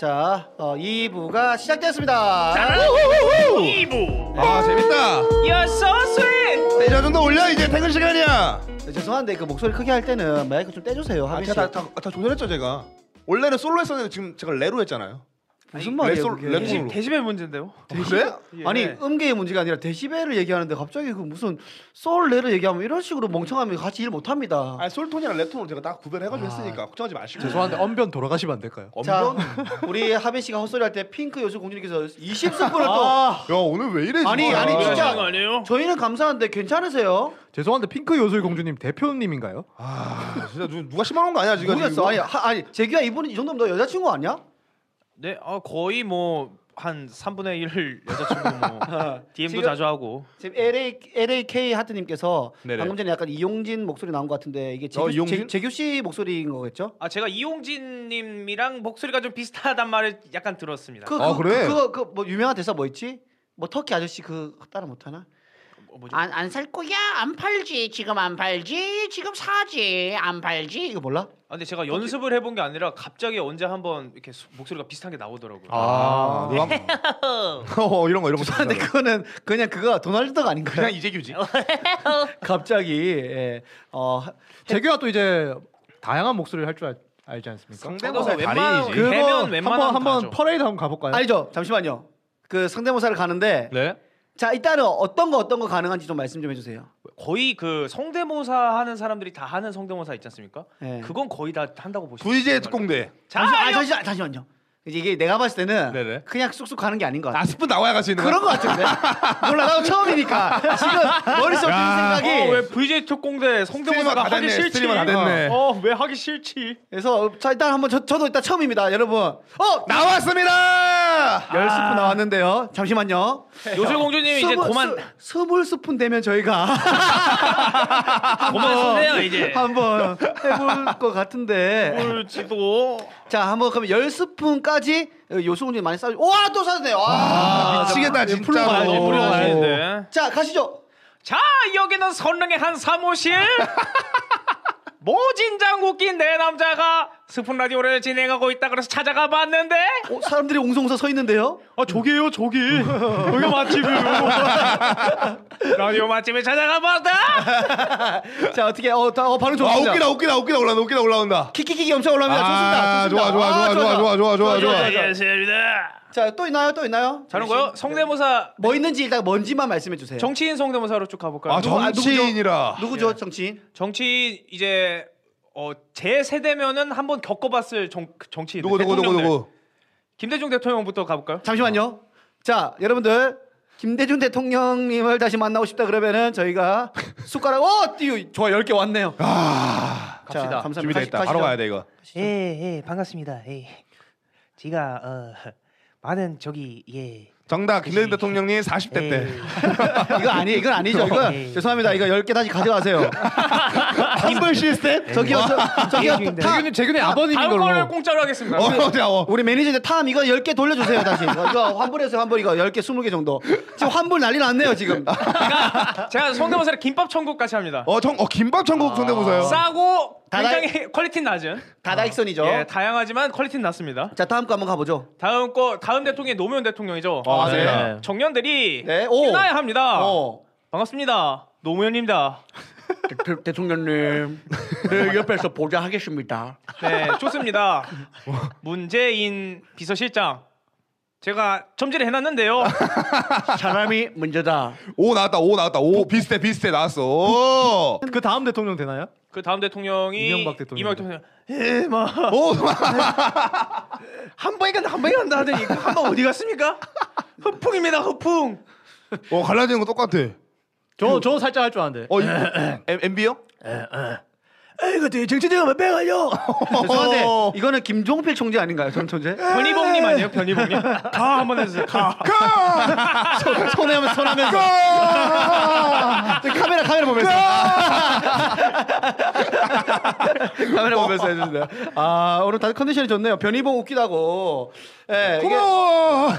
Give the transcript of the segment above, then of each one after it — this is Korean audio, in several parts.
자, 어, 2부가 시작됐습니다. 잘하는 2부 아 재밌다. 여섯 스윗 이제 좀더 올려 이제 퇴근 시간이야. 네, 죄송한데 그 목소리 크게 할 때는 마이크 좀 떼주세요. 아, 하빈 씨. 제가 다, 다, 다 조절했죠 제가. 원래는 솔로 했었는데 지금 제가 레로 했잖아요. 무슨 말이에요? 랩솔- 그게? 예. 랩솔- 데시벨 문제인데요 그래? 아니 음계의 문제가 아니라 데시벨을 얘기하는데 갑자기 그 무슨 소울레를 얘기하면 이런 식으로 멍청하면 같이 일 못합니다. 아 솔톤이랑 랩톤으로 제가 딱 구별해가지고 아. 했으니까 걱정하지 마시고. 죄송한데 네. 언변 돌아가시면 안 될까요? 자, 엄청. 우리 하빈 씨가 헛소리 할 때 핑크 요술 공주님께서 20승부를 또 야 오늘 왜 이래? 아니, 진짜. 아니, 진짜. 거 아니에요? 저희는 감사한데 괜찮으세요? 죄송한데 핑크 요술 공주님 대표님인가요? 아, 진짜 누- 누가 심어놓은 거 아니야 지금? 모르겠어. 아니, 하, 아니 재규야 이분은 이 정도면 너 여자친구 아니야? 네 아, 거의 뭐 한 3분의 1을 여자친구 뭐 DM도 지금- 자주 하고 지금 LA, LAK 하트님께서 네네. 방금 전에 약간 이용진 목소리 나온 것 같은데 이게 재규, 어, 이용진? 재- 재규 씨 목소리인 거겠죠? 아 제가 이용진님이랑 목소리가 좀 비슷하단 말을 약간 들었습니다 그, 그, 아, 그래? 그거 그 뭐 유명한 대사 뭐 있지? 뭐 터키 아저씨 그 따라 못하나? 어, 뭐죠? 안 안 살 거야? 안 팔지. 지금 안 팔지. 지금 사지. 안 팔지. 이거 몰라? 아, 근데 제가 연습을 해본 게 아니라 갑자기 언제 한번 이렇게 소- 목소리가 비슷한 게 나오더라고요 아, 누가 한- 어, 이런 거 이런 거. 근데 그거는 그냥 그거 도널드가 아닌가요? 그냥 이재규지. 갑자기 예. 어, 재규가 또 이제 다양한 목소리를 할 줄 알지 않습니까? 상대모사 웬만한- 달인이지. 그- 그거 되면 웬만하면 한번 한번 가죠. 퍼레이드 한번 가볼까요? 아니죠 잠시만요 그 상대모사를 가는데 네. 자 일단은 어떤 거 어떤 거 가능한지 좀 말씀 좀 해주세요 거의 그 성대모사 하는 사람들이 다 하는 성대모사 있지 않습니까? 예. 그건 거의 다 한다고 보시면 VJ 특공대. 잠시, 아, 잠시, 잠시만요 이게 내가 봤을 때는 네네. 그냥 쑥쑥 가는 게 아닌 것 같아 아 스푼 나와야 갈 수 있는 그런 것 같은데 몰라 나도 처음이니까 지금 머릿속에 야. 어, 있는 생각이 어, 왜 VJ 특공대 성대모사가 스트리머 다 하기 됐네, 싫지? 스트리머 다 됐네. 어, 왜 하기 싫지? 그래서 자 일단 한번 저, 저도 일단 처음입니다 여러분 어! 나왔습니다. 열 스푼 나왔는데요 잠시만요 아, 요술 공주님 이제 스물- 고만 스, 스물 스푼 되면 저희가 아, 고만 쓰세요 이제. 한번 해볼 것 같은데 볼지도 자 한번 그럼 열 스푼까지 요수공주 많이 싸우 와또 사드네요 와. 미치겠다 진짜. 아, 네, 풀러가야지, 어, 불러 풀러가야지. 가는데 자 가시죠 자 여기는 선릉의 한 사무실. 모진장 웃긴 내 남자가 스푼 라디오를 진행하고 있다 그래서 찾아가 봤는데 어, 사람들이 옹성서 서 있는데요 아 저기에요 저기 여기 맛집이에요 라디오 맛집에 찾아가 봤다 자 어떻게 어, 다, 어 반응 아 좋습니다 웃기다 웃기다 웃기다 올라온다 웃기다 올라온다. 키키키키 엄청 올라옵니다 아, 좋습니다 좋습니다 좋아, 좋아, 아, 좋아, 좋아, 좋아, 좋아, 예, 좋아. 안녕하십니다 자또 있나요 또 있나요 자는 거요 그 성대모사 뭐 있는지 일단 뭔지만 말씀해 주세요 정치인 성대모사로 쭉 가볼까요? 아 누구- 아, 누구죠? 정치인이라. 누구죠 정치인 정치 이제 어, 제 세대면은 한번 겪어봤을 정, 정치인 누구 누구 누구 누구. 김대중 대통령부터 가볼까요? 잠시만요 자 여러분들 김대중 대통령님을 다시 만나고 싶다 그러면은 저희가 숟가락 어 띠우 좋아 10개 왔네요 자, 갑시다. 감사합니다 준비됐다. 가시- 바로 가시죠. 가야 돼 이거. 예, 예, 반갑습니다. 예. 제가 어 많은 저기 예. 정답 김대중 대통령님 40대 네. 예. 때. 이거 아니 이건 아니죠. 이거 예. 죄송합니다. 이거 10개 다시 가져가세요. 환불 예, 시스템? 저기요. 저, 저기요. 타, 네, 재규는 재규는 아버님인 다음 거를 걸로. 공짜로 하겠습니다. 어, 자, 어. 우리 매니저님 탐 이거 10개 돌려주세요. 다시. 이거, 이거 환불해서 환불 이거 10개 20개 정도. 지금 환불 난리 났네요. 지금. 제가, 제가 성대모사를 김밥 천국까지 합니다. 어, 청, 어, 김밥 천국 성대모사요. 싸고 다다이- 굉장히 퀄리티 낮은 어? 다다익선이죠. 예, 다양하지만 퀄리티 낮습니다. 자 다음 거 한번 가보죠. 다음 거 다음 대통령이 노무현 대통령이죠. 아, 네. 네. 정년들이 네, 오. 일어나야 합니다. 어. 반갑습니다. 노무현입니다. 대, 통령님 네, 옆에서 보자 하겠습니다. 네, 좋습니다. 문재인 비서실장. 제가 점지를 해놨는데요. 사람이 문제다. 오, 나왔다, 오, 나왔다. 오, 비슷해, 비슷해, 나왔어. 오, 그 다음 대통령 되나요? 그 다음 대통령이 이명박 대통령. 이명박 대통령. 오, 예, 뭐, 한 번에 간다 한 번에 간다 하더니 한 번 어디 갔습니까? 허풍입니다 허풍. 어, 갈라지는 거 똑같아. 저 저 살짝 할 줄 아는데. 어, MB요? 이거 정치자가 몇 배가요? 죄송한데 아, 네. 이거는 김종필 총재 아닌가요? 전 총재? 변희봉님 아니에요 변희봉님? 가 한번 해주세요. 가. 손하면서 손하면서. 카메라 카메라 보면서. 카메라 보면서 해주세요. 아 오늘 다들 컨디션이 좋네요. 변희봉 웃기다고. 예, 이게, 고마워.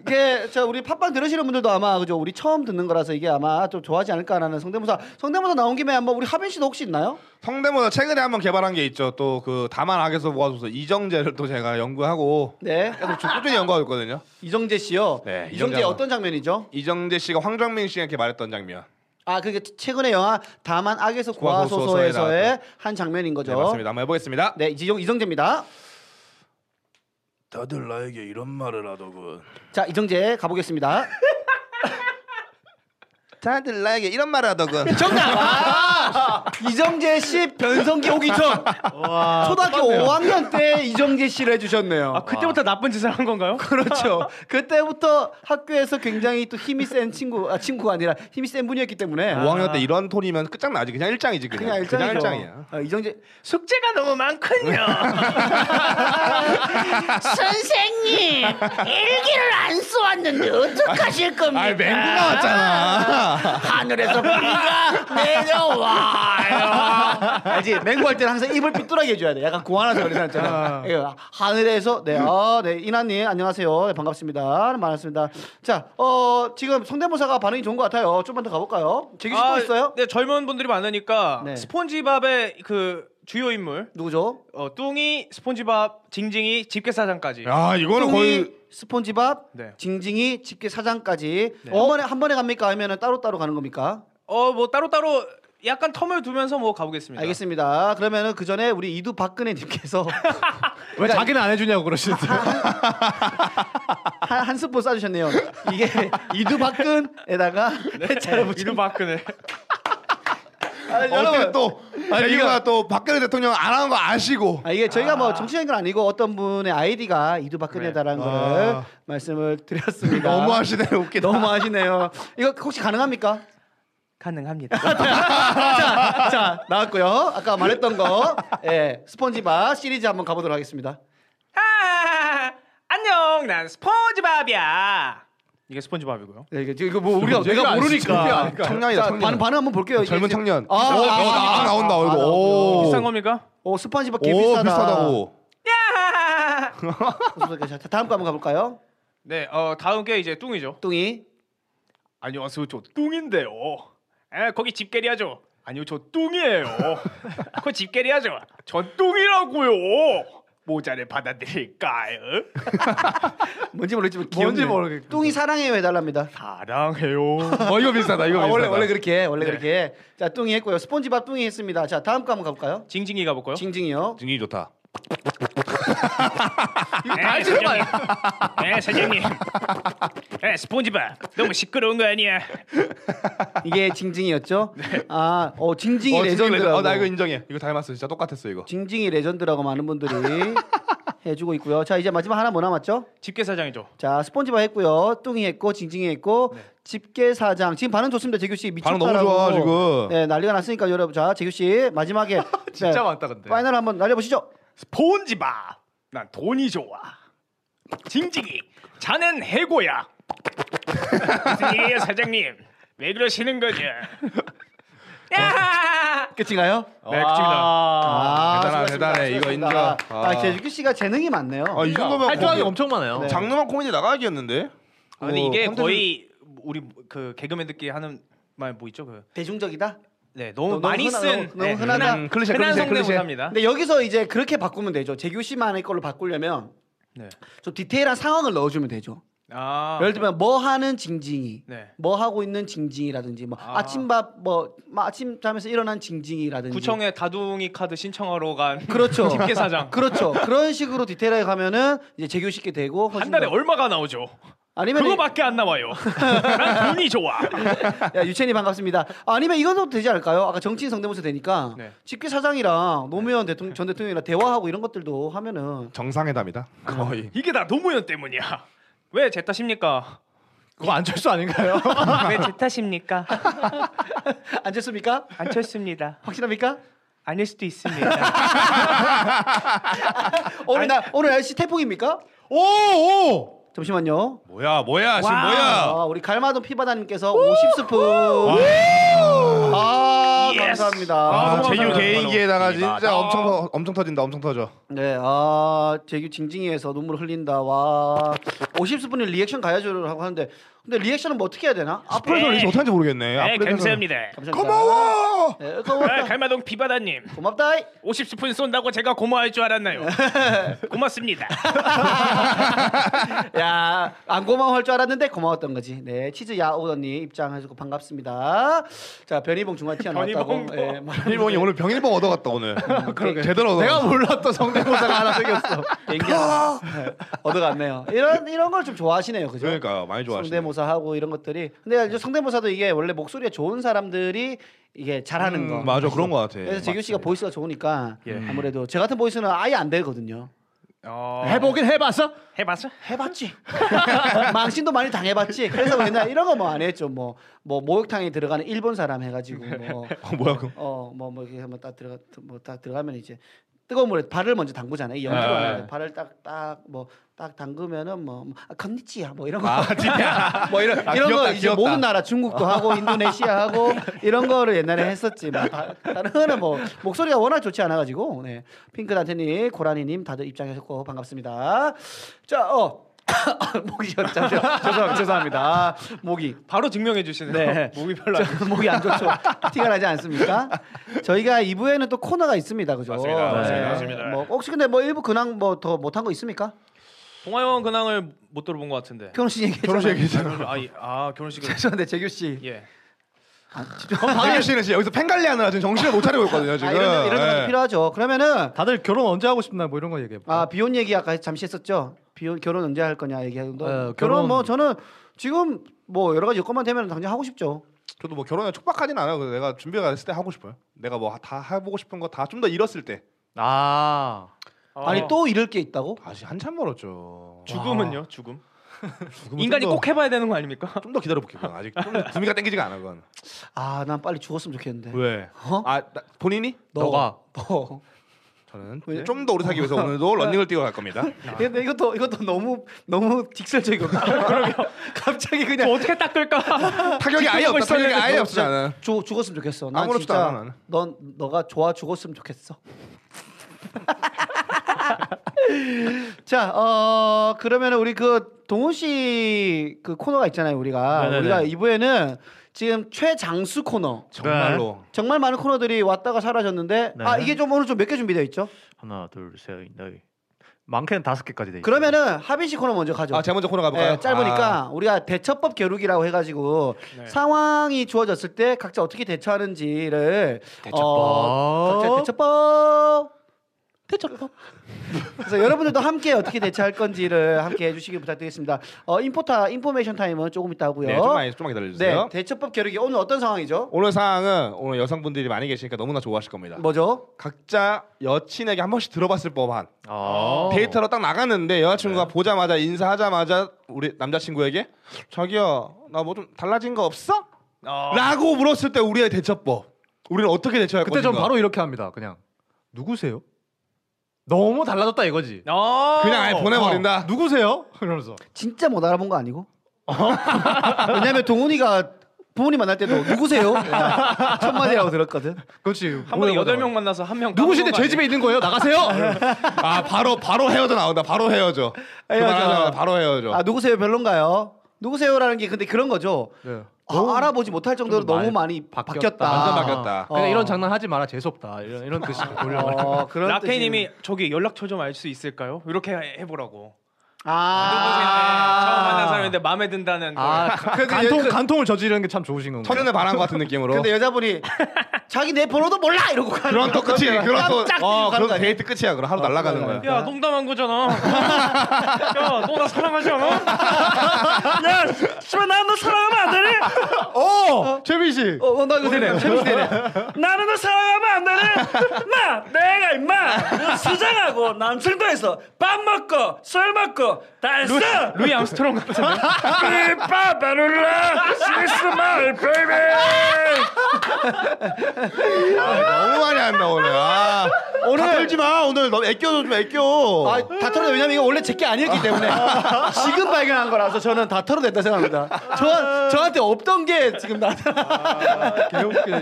이게 저 우리 팟빵 들으시는 분들도 아마 그죠. 우리 처음 듣는 거라서 이게 아마 좀 좋아하지 않을까라는 성대모사. 성대모사 나온 김에 한번 우리 하빈 씨도 혹시 있나요? 또 최근에 한번 개발한 게 있죠. 또 그 다만 악에서 모아줘서 이정재를 또 제가 연구하고 네. 계속 주- 꾸준히 연구하고 있거든요. 이정재 씨요. 네, 이정재 이정재 어떤 장면이죠? 이정재 씨가 황정민 씨에게 말했던 장면. 네, 아 그게 최근의 영화 다만 악에서 구하소서에 구하소서에서의 나왔던. 한 장면인 거죠. 네, 맞습니다. 한번 해보겠습니다. 네, 이지용 이정재입니다. 다들 나에게 이런 말을 하더군. 자 이정재 가보겠습니다. 다들 나에게 이런 말을 하더군. 정답. 아! 이정재 씨 변성기 오기 전 초등학교 5학년 때 이정재 씨를 해주셨네요. 아 그때부터 나쁜 짓을 한 건가요? 그렇죠. 그때부터 학교에서 굉장히 또 힘이 센 친구, 아, 친구가 아니라 힘이 센 분이었기 때문에 5학년 때 이런 톤이면 끝장나지. 그냥 일장이지 그냥. 그냥 일장이죠. 일장이야. 어, 이정재 숙제가 너무 많군요. 선생님 일기를 안 써왔는데 어떡하실 겁니까? 아이 맹구 나왔잖아. 하늘에서 비가 내려와요. 알지? 맹구할 때는 항상 입을 삐뚤하게 해줘야 돼. 약간 고안하서 그런 사람 있잖아. 예, 하늘에서 네, 아, 네 이나님 안녕하세요. 네, 반갑습니다. 반갑습니다. 자, 어 지금 성대모사가 반응이 좋은 것 같아요. 좀만 더 가볼까요? 재규 씨또 아, 있어요? 네 젊은 분들이 많으니까 네. 스폰지밥의 그 주요 인물 누구죠? 어, 뚱이, 스폰지밥, 징징이, 집게사장까지. 야 이거는 뚱이, 거의 스폰지밥, 네. 징징이, 집게 사장까지 한 번에 한 번에 갑니까? 아니면 따로 따로 가는 겁니까? 어 뭐 따로 따로 약간 텀을 두면서 뭐 가보겠습니다. 알겠습니다. 그러면은 그 전에 우리 이두 박근혜님께서 왜 자기는 안 해주냐고 그러시는데. 한, 한 스푼 싸주셨네요. 이게 이두 박근에다가 해차를 붙인 네, 이름 박근혜. 아, 어떻게 여러분 또 자기가 또 박근혜 대통령 안 하는 거 아시고 아 이게 저희가 뭐 정치적인 건 아니고 어떤 분의 아이디가 이두 박근혜다라는 네. 거를 아. 말씀을 드렸습니다. 너무 하시네 웃기다. 너무 하시네요. 이거 혹시 가능합니까? 가능합니다. 자, 자 나왔고요. 아까 말했던 거, 예, 스폰지바 시리즈 한번 가보도록 하겠습니다. 아, 안녕, 난 스폰지밥이야. 이게 스폰지밥이고요. 예, 이게 이거 뭐 우리가 지금 내가 얘기가 안 모르니까. 지금 청년이다 자, 청년. 반 반응 한번 볼게요. 이게 젊은 지금- 청년. 아, 어, 아, 나- 아, 나 나온다 얼굴. 아, 오. 비싼 겁니까? 오 스폰지바 개 오 비싸다. 비싸다고. 야! 자, 다음 거 한번 가볼까요? 네, 어 다음 게 이제 뚱이죠. 뚱이. 안녕하세요, 저 뚱인데요. 에 거기 집게리하죠. 아니요, 저 뚱이에요. 그 집게리하죠. 저 뚱이라고요. 모자를 받아들일까요? 뭔지 모르겠지만 귀엽네. 뭔지 모르겠- 뚱이 사랑해요 해달랍니다. 사랑해요. 어 이거 비싸다. 이거 아, 비싸다. 원래 원래 그렇게 해, 네. 원래 그렇게 해. 자 뚱이 했고요. 스폰지밥 뚱이 했습니다. 자 다음 거 한번 가볼까요? 징징이 어? 가볼까요? 징징이요. 증이 좋다. 네, 사장님. 네, 사장님. 네, 스폰지밥 너무 시끄러운 거 아니야? 이게 징징이였죠? 아, 어 징징이 네. 어, 징징이 레전드. 레전드라고. 어, 나 이거 인정해. 이거 닮았어. 진짜 똑같았어 이거. 징징이 레전드라고 많은 분들이 해주고 있고요. 자 이제 마지막 하나 뭐 남았죠? 집게 사장이죠. 자 스폰지밥 했고요. 뚱이 했고 징징이 했고 집게 사장. 지금 반응 좋습니다. 재규 씨 네. 반응 미쳤다라고. 너무 좋아 지금. 네 난리가 났으니까 여러분 자 재규 씨 마지막에 진짜 네, 많다 근데. 파이널 한번 날려보시죠. 스폰지밥. 난 돈이 좋아. 징징이. 자넨 해고야. 무슨 일이에요, 사장님? 왜 그러시는 거죠? 야! 끝인가요? 네, 그렇습니다. 아, 수고하셨습니다. 대단하네, 대단해. 이거 수고하셨습니다. 인정. 아, 아. 재규 씨가 재능이 많네요. 아, 이 정도면 할 줄아는 거기- 엄청 많아요. 네. 장르만 코미디 나가야겠는데. 아, 근데 어, 이게 컨텐츠- 거의 우리 그 개그맨들끼리 하는 말 뭐 있죠? 그 대중적이다. 네, 너무 너무 많이 흔하- 쓴 너무 네, 흔하다. 흔한, 음, 클리셰, 흔한 클리셰, 클리셰. 성대모사입니다. 근데 여기서 이제 그렇게 바꾸면 되죠. 재규 씨만의 걸로 바꾸려면 네. 좀 디테일한 상황을 넣어주면 되죠. 아, 예를 들면 뭐 하는 징징이, 네. 뭐 하고 있는 징징이라든지, 뭐 아. 아. 침밥뭐 아침 잠에서 일어난 징징이라든지. 구청에 다둥이 카드 신청하러 간 그렇죠. 집게 사장. 그렇죠. 그런 식으로 디테일하게 가면은 이제 재규 씨게 되고 훨씬 한 달에 더- 얼마가 나오죠? 아니면 이- 그거밖에 안 나와요. 난 돈이 좋아. 야 유채니 반갑습니다. 아니면 이것도 되지 않을까요? 아까 정치인 성대모사 되니까 네. 집게 사장이랑 노무현 대통령 전 대통령이랑 대화하고 이런 것들도 하면은 정상회담이다. 거의. 이게 다 노무현 때문이야. 왜 제 탓입니까? 그거 안철수 아닌가요? 왜 제 탓입니까? 앉았습니까? 안철수입니다. 확실합니까? 아닐 수도 있습니다. 오늘 어, 나 오늘 날씨 태풍입니까? 오 오. 잠시만요. 뭐야 뭐야 지금 와우. 뭐야. 아, 우리 갈마돈 피바다님께서 50스푼. 아, 예. 감사합니다. 아, 제규 감사합니다. 아. 개인기에다가 이마다. 진짜 엄청 터, 엄청 터진다. 엄청 터져. 네, 아 재규 징징이에서 눈물 흘린다. 와, 50분이 리액션 가야죠를 하고 하는데, 근데 리액션은 뭐 어떻게 해야 되나? 앞으로서 리스 어떻게 하는지 모르겠네. 네, 앞으로서는- 감사합니다. 감사합니다. 고마워. 네, 아, 고맙다. 갈마동 비바다님 고맙다. 50스푼 쏜다고 제가 고마워할 줄 알았나요? 고맙습니다. 야, 안 고마워할 줄 알았는데 고마웠던 거지. 네, 치즈 야오 언니 입장해주고 반갑습니다. 자, 변희봉 중간 튀어나왔다고. 변희봉. 예, 말하는데 일봉이 오늘 병일봉 얻어갔다 오늘. 그러게. 제대로 얻어. 내가 몰랐던 성대모사가 하나 생겼어. 비행기 하나. 네, 얻어갔네요. 이런 이런 걸 좀 좋아하시네요, 그죠? 그러니까 많이 네. 좋아하시네. 성대모사하고 이런 것들이. 근데 이제 성대모사도 이게 원래 목소리가 좋은 사람들이 이게 잘하는 거. 음, 맞아 그런 거 같아. 그래서 재규 씨가 보이스가 좋으니까 예. 음. 아무래도 저 같은 보이스는 아예 안 되거든요. 해보긴 해봤어? 해봤어? 해봤지. 망신도 많이 당해봤지. 그래서 맨날 이런 거 뭐 안 했죠. 뭐 뭐 목욕탕에 들어가는 일본 사람 해가지고 어, 뭐야 그. 뭐어뭐뭐 이렇게 한번 딱 들어가 뭐 딱 들어가면 이제 뜨거운 물에 발을 먼저 담그잖아요. 이 연기로 네. 하는데 발을 딱 딱 뭐 딱 담그면은 뭐 뭐, 아, 건니치야 뭐 이런 거. 뭐 이런 이런 거 이제 모든 나라 중국도 하고 인도네시아 하고 이런 거를 옛날에 했었지. 뭐 다- 다른 거는 뭐 목소리가 워낙 좋지 않아 가지고 네. 핑크단테님, 고라니님 다들 입장하셨고 반갑습니다. 자, 어. 목이 었죠 죄송 죄송합니다. 아, 목이 바로 증명해 주시네요. 네. 목이 별로 안 저- 목이 안 좋죠. 티가 나지 않습니까? 저희가 2부에는 또 코너가 있습니다. 그죠? 맞습니다. 맞습니다. 맞습니다. 뭐 혹시 근데 뭐 일부 근황 뭐 더 못한 거 있습니까? 동아 형 근황을 못 들어본 것 같은데. 결혼식 얘기 결혼식 얘기 아, 예. 아 결혼식을 죄송한데 재규 씨. 예. 아, 박윤 어, 씨는 지금 여기서 팬 관리하느라 지금 정신을 못 차리고 있거든요 지금. 아, 이런 이런 것도 예. 필요하죠. 그러면은 다들 결혼 언제 하고 싶나 뭐 이런 거 얘기해. 아 비혼 얘기 아까 잠시 했었죠. 비혼 결혼 언제 할 거냐 얘기하는데 예, 결혼, 결혼. 뭐 저는 지금 뭐 여러 가지 여건만 되면 당장 하고 싶죠. 저도 뭐 결혼에 촉박하진 않아요. 그래서 내가 준비가 됐을 때 하고 싶어요. 내가 뭐 다 해보고 싶은 거 다 좀 더 잃었을 때. 아. 어. 아니 또 이럴 게 있다고? 아직 한참 멀었죠. 아, 죽음은요? 죽음. 죽으면 인간이 좀 더- 꼭 해봐야 되는 거 아닙니까? 좀 더 기다려볼게요. 그건. 아직 좀 구미가 땡기지가 않아 그건. 아 난 빨리 죽었으면 좋겠는데. 왜? 어? 아 나- 본인이? 너, 너가? 너. 저는 왜? 어. 좀 더 오래 사기 위해서 오늘도 런닝을 뛰러 갈 겁니다. 근데 이것도 이것도 너무 너무 직설적이거든. 갑자기 그냥 저 어떻게 닦을까? 타격이 아예 없다. 타격이 아예 없지 않아. 죽, 죽었으면 좋겠어. 난 아무렇지도 진짜 않아, 나는. 넌 너가 좋아 죽었으면 좋겠어. 자, 어 그러면은 우리 그 동훈 씨 그 코너가 있잖아요, 우리가. 네네네. 우리가 이부에는 지금 최장수 코너. 정말로. 정말 많은 코너들이 왔다가 사라졌는데 네. 아, 이게 좀 오늘 좀 몇 개 준비되어 있죠? 하나 둘셋넷 많게는 다섯 개까지 네. 돼 있어요. 그러면은 하빈 씨 코너 먼저 가죠. 아 제가 먼저 코너 가볼까요? 아, 예, 짧으니까 우리가 대처법 겨루기라고 해가지고 네. 상황이 주어졌을 때 각자 어떻게 대처하는지를 어, 각자 대처법 대처법 그래서 여러분들도 함께 어떻게 대처할 건지를 함께 해주시길 부탁드리겠습니다. 어 인포타 인포메이션 타임은 조금 있다 하고요. 네, 좀만 좀만 기다려주세요. 네, 대처법 겨루기 오늘 어떤 상황이죠? 오늘 상황은 오늘 여성분들이 많이 계시니까 너무나 좋아하실 겁니다. 뭐죠? 각자 여친에게 한 번씩 들어봤을 법한 어. 아. 데이트로 딱 나갔는데 여자친구가 네. 보자마자 인사하자마자 우리 남자친구에게 자기야 나 뭐 좀 달라진 거 없어? 라고 물었을 때 우리의 대처법 우리는 어떻게 대처할 그때 것인가? 전 바로 이렇게 합니다. 그냥 누구세요? 너무 달라졌다 이거지. 어. 그냥 아예 보내버린다. 어, 누구세요? 그러면서 진짜 못 알아본 거 아니고? 왜냐면 동훈이가 부모님 만날 때도 누구세요? 네. 첫 마디라고 들었거든. 그렇지. 뭐- 한번 여덟 명 만나서 한 명. 까먹은 누구신데 거 저희 집에 있는 거예요? 나가세요. 아 바로 바로 헤어져 나온다. 바로 헤어져. 헤어져. 헤어져. 바로 헤어져. 아 누구세요? 별론가요? 누구세요라는 게 근데 그런 거죠. 네. 아, 알아보지 못할 정도로 좀 너무 많이 많이 바뀌었다. 아. 완전 바뀌었다. 어. 그냥 그러니까 이런 장난 하지 마라 재수없다. 이런 이런 뜻이 보려고. 어, 그런 라케이님이 저기 연락처 좀 알 수 있을까요? 이렇게 해- 해보라고. 뜻이- 아 누구세요? 네, 처음 만난 사람인데 마음에 든다는 거. 아그 간통 간통을 저지르는 게 참 좋으신 건가요? 천연의 바람 같은 느낌으로. 근데 여자분이 자기 내 번호도 몰라 이러고 가는 그런 또 끝이. 그런 또 깜짝 어, 가는 거 그런 아니야? 데이트 끝이야. 그럼 하루 날아가는 거야. 야 농담한 거잖아. 야너 나 사랑하지 않아? 씨발 나너 사랑하면 안 되니? 어 최민 씨. 어, 어, 나 이거 되네. 재밌 되네. 나는 너 사랑하면 안 되니? 마 내가 임마 수장하고 남친구에서 밥 먹고 술 먹고 다 했어. 루이 암스트롱 같은. 빠바룰라 시스마을 베이비. 아, 너무 많이 안 나오네. 아, 오늘 털지 마. 오늘 너무 애껴 좀 애껴. 아, 다 털어내. 왜냐면 이거 원래 제게 아니었기 때문에 지금 발견한 거라서 저는 다 털어냈다 생각합니다. 저 저한테 없던 게 게 지금 나타나. 개웃기네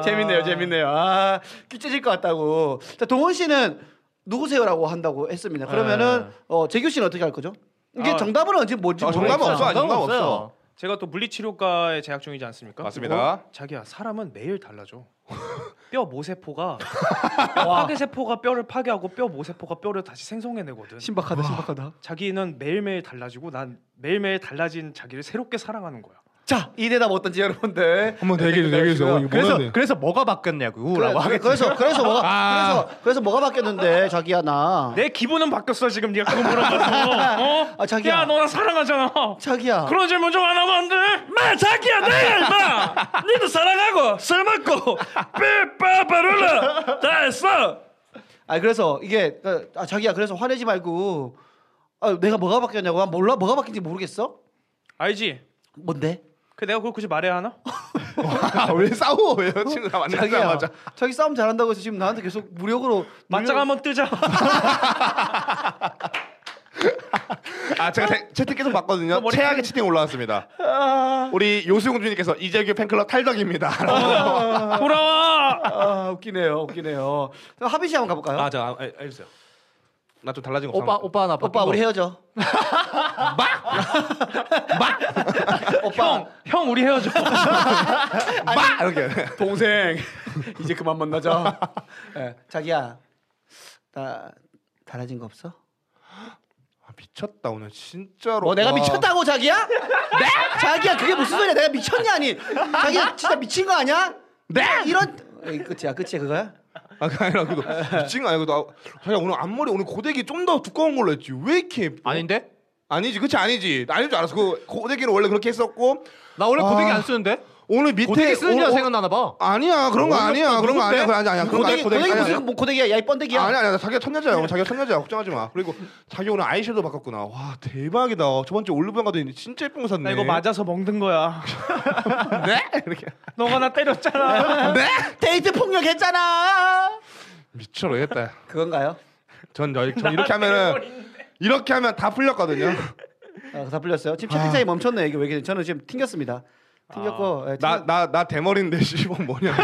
재밌네요, 재밌네요. 아, 끼쳐질 것 같다고. 자, 동원 씨는 누구세요라고 한다고 했습니다. 그러면은 네. 어, 재규 씨는 어떻게 할 거죠? 이게 아, 정답은 언제 뭔지 아, 정답은 모르겠어요. 없어. 아니, 정답 없어요. 없어. 제가 또 물리치료과에 재학 중이지 않습니까? 맞습니다. 그리고 자기야 사람은 매일 달라져. 뼈 모세포가 뼈 파괴 세포가 뼈를 파괴하고 뼈 모세포가 뼈를 다시 생성해내거든. 신박하다, 신박하다. 자기는 매일매일 달라지고 난 매일매일 달라진 자기를 새롭게 사랑하는 거야. 자, 이 대답 어떤지 여러분들. 한번 대기해 주세요. 어, 대기해 주세요. 네, 그래서 그래서 뭐가 바뀌었냐고라고 그래, 하겠지. 그래서 그래서 뭐가 그래서 그래서 뭐가 바뀌었는데 자기야 나. 아. 내 기분은 바뀌었어 지금 네가 그거 물어봐서. 어? 아, 자기야. 야, 너 나 사랑하잖아. 자기야. 그런 질문 좀 안 하면 안 돼? 마 자기야 내가 임마 니도 사랑하고 술먹고 삐빠빠룰라 다 했어 아 그래서 이게 그, 아, 자기야 그래서 화내지 말고 아, 내가 뭐가 바뀌었냐고 난 몰라 뭐가 바뀐지 모르겠어 알지? 뭔데 그 내가 그걸 굳이 말해야 하나? 아, 왜 싸워? 왜 친구가 만나자마자. 자기 싸움 잘한다고 해서 지금 나한테 계속 무력으로 맞짱 한번 뜨자. 아 제가 태- 채팅 계속 봤거든요. 머리 최악의 채팅 올라왔습니다. 우리 요수용 주님께서 이재규 팬클럽 탈덕입니다. 돌아와. 아 웃기네요 웃기네요 그럼 하빈 씨 한번 가볼까요 아저 아, 알려주세요. 나 좀 달라진 거 오빠 없어. 오빠 하나 바꾼 오빠 거. 우리 헤어져 마 오빠 형 우리 헤어져. 막 이렇게. 동생 이제 그만 만나자 예, 자기야 나 달라진 거 없어 아, 미쳤다 오늘 진짜로. 아. 뭐 내가 와. 미쳤다고 자기야? 네? 자기야 그게 무슨 소리야? 내가 미쳤냐 아니? 자기야 진짜 미친 거 아니야? 네? 이런 에이, 끝이야 끝이야 그거야? 아 그게 아니라 그래도 미친 거 아니고 나 자기야 오늘 앞머리 오늘 고데기 좀 더 두꺼운 걸로 했지 왜 이렇게 예뻐? 아닌데? 아니지 그치 아니지 아닐 줄 알았어 그 고데기는 원래 그렇게 했었고 나 원래 아. 고데기 안 쓰는데? 오늘 밑에 고데기 쓰는 줄 오- 오- 생각나나 봐. 아니야 그런 거 아니야 그런 거 아니야 그거 아니야 아니야 그런 거 고데기, 아니야 고데기, 아니야, 아니야. 무슨 뭐 고데기야? 야이 번데기야? 아니 아니 자기가 첫여자야 오늘 자기가 첫여자야 걱정하지 마 그리고 자기 오늘 아이섀도우 바꿨구나 와 대박이다 저번 주에 올리브영 가더니 진짜 예쁜 거 샀네 나 이거 맞아서 먹는 거야. 네? 이렇게 너가 나 때렸잖아. 어? 데이트 폭력했잖아. 미쳐버리겠다 그건가요? 전, 여- 전 이렇게 하면은 이렇게 하면 다 풀렸거든요 아, 다 풀렸어요. 지금 채팅창이 멈췄네. 이게 왜 이렇게 저는 지금 튕겼습니다. 튕겼고 예, 나 튕겼- 나 나 대머리인데 씨발 뭐냐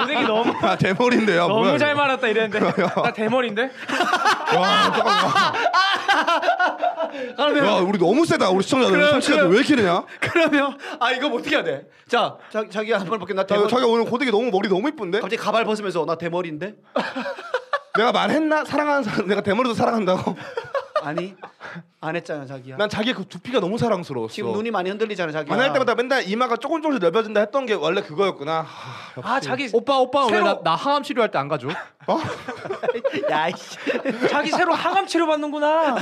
고데기 너무 나 대머리인데요 너무 뭐야, 잘 이거. 말았다 아, 이랬는데 나 대머리인데 와 잠깐만 야 우리 너무 세다 우리 시청자들 그럼, 시청자들 왜 이렇게 되냐 그러면 아 이거 뭐 어떻게 해야 돼? 자 자, 자기야 한번 밖에 나 자기 대머리 자기 오늘 고데기 너무 머리 너무 이쁜데 갑자기 가발 벗으면서 나 대머리인데? 내가 말했나 사랑하는 사람 내가 대머리도 사랑한다고 아니 안 했잖아 자기야. 난 자기의 그 두피가 너무 사랑스러웠어 지금 눈이 많이 흔들리잖아 자기야. 만날 때마다 맨날 이마가 조금 조금씩 넓어진다 했던 게 원래 그거였구나. 하, 역시. 아 자기 오빠 오빠 왜 새로- 나, 나 항암 치료할 때 안 가줘? 야이씨. 자기 새로 항암 치료 받는구나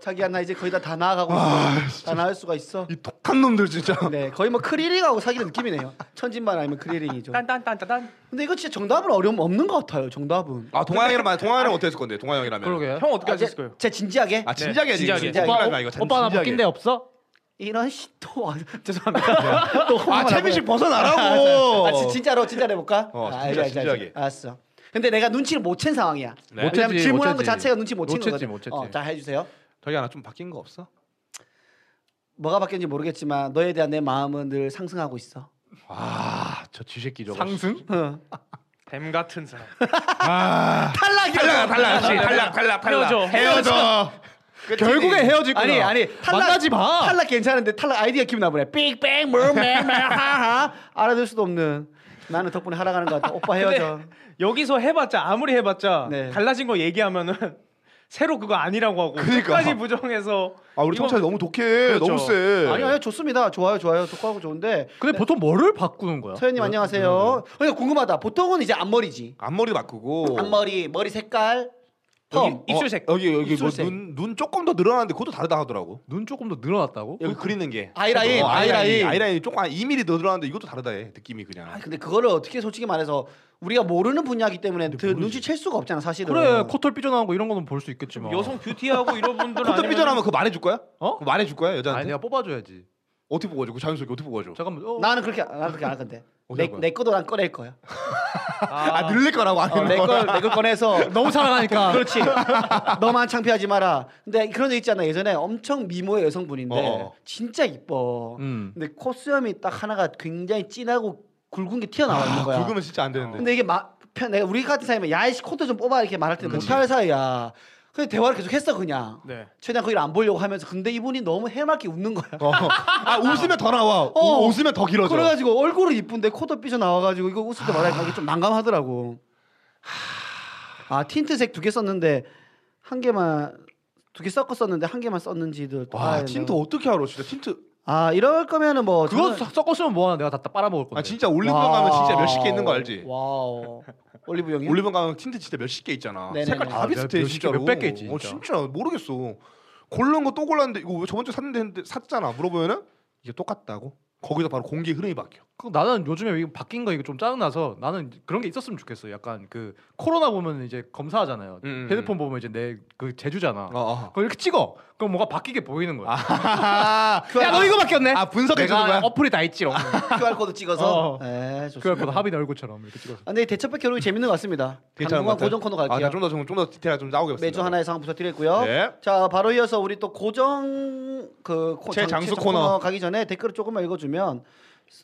자기야 나 이제 거의 다 다 나아가고 아, 있어. 다 나을 수가 있어. 이 독한 놈들 진짜. 네 거의 뭐 크리링하고 사귀는 느낌이네요. 천진만 아니면 크리링이죠. 딴딴딴딴 근데 이거 진짜 정답은 어려움 없는 것 같아요. 정답은. 아 동아영이라면 동아영이랑 어떻게 했을 건데 동아영이라면. 그러게. 형 어떻게 아, 제, 하셨을 거예요? 제 진지하게 아 진작에 네, 진작에. 진작에. 오빠, 오빠 이거 참 오빠 나 진지하게. 바뀐 데 없어? 이런 씨또 아, 죄송합니다. 또 아 홍보하라고 채빈씨 해요. 벗어나라고. 아 진- 진짜로 진짜로 해볼까? 어, 아, 진짜, 알지, 알지, 진지하게. 알지. 알았어. 근데 내가 눈치를 못 챈 상황이야. 못 왜냐면 챘지, 질문한 못 거 챘지. 자체가 눈치 못 못 챈 챘지, 거거든. 못 챘지. 어, 자 해주세요. 저기 하나 좀 바뀐 거 없어? 뭐가 바뀌었는지 모르겠지만 너에 대한 내 마음은 늘 상승하고 있어. 어. 아저 쥐새끼 저거. 상승? 뱀 같은 사람 아 탈락이야. 탈락 탈락 역시 탈락 탈락 탈락. 헤어져. 헤어져. 결국에 헤어질 거야. 아니 아니 탈락, 만나지 마. 탈락 괜찮은데 탈락 아이디가 기분 나쁘네. 빅뱅 물맨 하하 알아들 수도 없는 나는 덕분에 하락하는 것 같아. 오빠 헤어져. 근데 여기서 해봤자 아무리 해봤자 네. 달라진 거 얘기하면은 새로 그거 아니라고 하고 그러니까. 끝까지 부정해서 아 우리 청취자 너무 독해. 너무 세. 아니 아니 좋습니다. 좋아요 좋아요. 독하고 좋은데 근데 보통 뭐를 바꾸는 거야? 서현님 안녕하세요. 그러니까 궁금하다. 보통은 이제 앞머리지. 앞머리 바꾸고. 앞머리, 머리 색깔, 여기 펌. 입술색 어, 여기 여기 입술색. 뭐눈눈 조금 더 늘어나는데 그것도 다르다 하더라고. 눈 조금 더 늘어났다고? 여기 그리는 게 아이라인, 어, 아이라인. 아이라인 조금 한 2mm 더 들어가는데 이것도 다르다 해 느낌이 그냥 아, 근데 그거를 어떻게 솔직히 말해서 우리가 모르는 분야기 때문에 그 눈치 챌 수가 없잖아 사실은. 그래 코털 삐져나온 거 이런 거는 볼 수 있겠지만. 뭐. 여성 뷰티하고 이런 분들 콧대 아니면 삐져나면 그거 말해줄 거야? 어? 그거 말해줄 거야 아니 여자한테? 내가 뽑아줘야지. 어떻게 뽑아줘? 그 자연스럽게 어떻게 뽑아줘? 잠깐만. 어, 나는 그렇게 나는 그렇게 안 할 건데. 내, 내 거도 난 꺼낼 거야. 아, 늘릴 거라고 안 늘릴 거야. 어, 내걸내걸 꺼내서 너무 사랑하니까. 그렇지. 너만 창피하지 마라. 근데 그런 애 있잖아. 예전에 엄청 미모의 여성분인데 어. 진짜 이뻐. 음. 근데 콧수염이 딱 하나가 굉장히 진하고 굵은 게 튀어나와 있는 거야. 아, 굵으면 진짜 안 되는데. 근데 이게 마, 편, 내가 우리 같은 사이면 야이씨 코트 좀 뽑아 이렇게 말할 때 못할 사이야. 근데 대화를 계속 했어 그냥. 네. 최대한 거기를 안 보려고 하면서 근데 이분이 너무 해맑게 웃는 거야. 어. 아 웃으면 더 나와. 우- 어. 웃으면 더 길어져. 그래가지고 얼굴은 이쁜데 코도 삐져 나와가지고 이거 웃을 때 말하니까 이게 좀 난감하더라고. 아 틴트색 두 개 썼는데 한 개만 두 개 섞어 썼는데 한 개만 썼는지도 또 와 봐야 틴트 된다고. 어떻게 알아? 진짜 틴트. 아 이럴 거면은 뭐 그거 저는- 섞었으면 뭐하나 내가 다, 다 빨아먹을 건데. 아 진짜 올리브영 가면 진짜 몇십 개 있는 거 알지? 와우 올리브 영이 올리브영 가면 틴트 진짜 몇십 개 있잖아. 네네네. 색깔 다 아, 비슷해 몇십 개, 진짜로. 몇백 개 있지, 어, 진짜. 진짜 모르겠어. 고른 거 또 골랐는데 이거 왜 저번 주에 샀는데 했는데 샀잖아. 물어보면은 이게 똑같다고. 거기서 바로 공기 흐름이 바뀌어. 그 나는 요즘에 이거 바뀐 거 이거 좀 짜증나서 나는 그런 게 있었으면 좋겠어. 약간 그 코로나 보면 이제 검사하잖아요. 음, 음, 헤드폰 보면 이제 내 그 제주잖아. 어, 어. 그럼 이렇게 찍어. 그럼 뭐가 바뀌게 보이는 거야. 아, 야 너 이거 바뀌었네. 아 분석해 주는 내가 거야. 어플이 다 있지. QR 코드 찍어서 어. 네 좋습니다. 그래갖고 하빈이 얼굴처럼 이렇게 찍어서. 아, 근데 대처백 결혼이 재밌는 것 같습니다. 당분간 괜찮은 것 같아요? 고정 코너 아, 갈게요. 나좀더 좀 더 디테일하게 좀 나오게 매주 하나의 상황 부탁드리고요. 네. 자 바로 이어서 우리 또 고정 그 코- 제 장- 장수 제 코너. 가기 전에 댓글을 조금만 읽어주면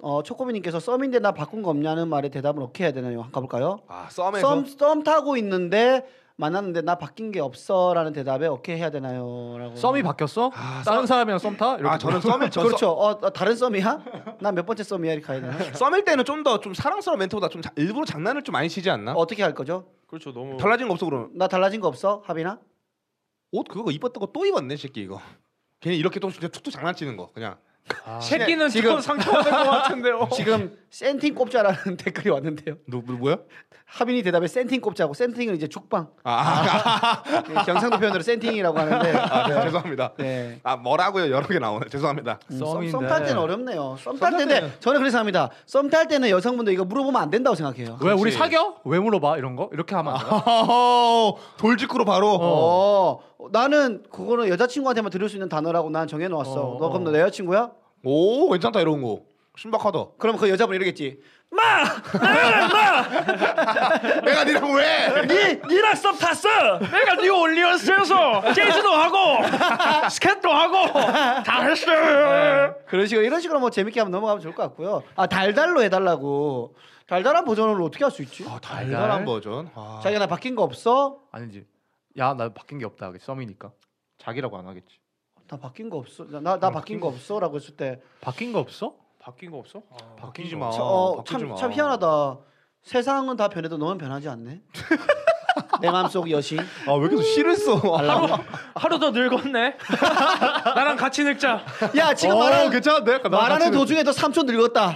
어, 초코비님께서 썸인데 나 바꾼 거 없냐는 말에 대답을 어떻게 해야 되나요? 한번 가볼까요? 아 썸에서 썸, 썸 타고 있는데 만났는데 나 바뀐 게 없어라는 대답에 어떻게 해야 되나요?라고 썸이 바뀌었어? 아, 다른 사람이랑 썸 타? 이렇게 아 저는 썸에 저 그렇죠. 어, 어, 다른 썸이야? 나 몇 번째 썸이야? 이렇게 가야 되나? 썸- 썸일 때는 좀 더 좀 사랑스러운 멘트보다 좀 자- 일부러 장난을 좀 많이 치지 않나? 어떻게 할 거죠? 그렇죠. 너무 달라진 거 없어 그러면 나 달라진 거 없어? 하빈아? 옷 그거 입었던 거 또 입었네 새끼 이거. 괜히 이렇게 또 진짜 툭툭 장난치는 거 그냥. 아, 새끼는 지금 상처받을 것 같은데요. 지금 어. 센팅 꼽자라는 댓글이 왔는데요. 누 누- 뭐야? 하빈이 대답에 센팅 꼽자고 센팅은 이제 죽방. 아, 아, 예, 경상도 표현으로 센팅이라고 하는데. 아, 네, 죄송합니다. 네. 아 뭐라고요 여러 개 나오네 죄송합니다. 음, 썸탈 때는 어렵네요. 썸 탈 썸탈 때는 때는- 저는 그래서 합니다. 썸 탈 때는 여성분들 이거 물어보면 안 된다고 생각해요. 왜 우리 그렇지. 사겨? 왜 물어봐? 이런 거 이렇게 하면 안 돼. 허허허, 어, 돌직구로 바로. 어. 나는 그거는 여자친구한테만 들을 수 있는 단어라고 난 정해놓았어. 어, 너 그럼 너 어. 내 여자친구야? 오 괜찮다 이런 거. 신박하다. 그럼 그 여자분 이러겠지. 마! 내가 마! 내가 니랑 왜? 니 니랑 썸 탔어. 내가 뉴 올리언스에서 재즈도 하고 스캣도 하고 다 했어. 그런 식으로 이런 식으로 뭐 재밌게 한번 넘어가면 좋을 것 같고요. 아 달달로 해달라고. 달달한 버전을 어떻게 할 수 있지? 아, 달달한 버전. 아. 자기야 나 바뀐 거 없어? 아니지. 야 나 바뀐 게 없다. 하겠지. 썸이니까. 자기라고 안 하겠지. 나 바뀐 거 없어. 나 나 바뀐 거 없어라고 했을 때 바뀐 거 없어? 바뀐 거 없어? 아, 바뀌지 마. 어, 바뀌지 참, 마. 참 희한하다. 세상은 다 변해도 너는 변하지 않네. 내 마음속 여신. 아, 왜 계속 시를 써? 아, 하루 더 늙었네. 나랑 같이 늙자. 야 어, 지금 말하는 그 괜찮은데? 약간 나랑 말하는 같이 도중에 너 삼촌 늙었다.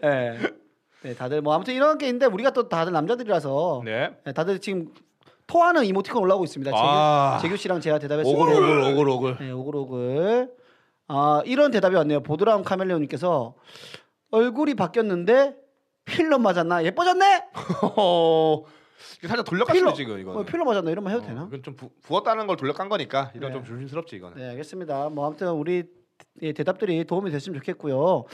네. 네, 다들 뭐 아무튼 이런 게 있는데 우리가 또 다들 남자들이라서 네. 네, 다들 지금 토하는 이모티콘 올라오고 있습니다. 재규, 아. 재규 씨랑 제가 대답했어요. 오글 오글 오글 오글. 네, 오글오글. 아 이런 대답이 왔네요. 보드라운 카멜레온님께서 얼굴이 바뀌었는데 필러 맞았나 예뻐졌네. 어, 이게 살짝 돌려간 필러. 소리 지금 이거는. 어, 필러 맞았나 이런 말 해도 되나? 어, 이건 좀 부, 부었다는 걸 돌려간 거니까 이건 네. 좀 조심스럽지 이거는. 네, 알겠습니다. 뭐 아무튼 우리 예, 대답들이 도움이 됐으면 좋겠고요.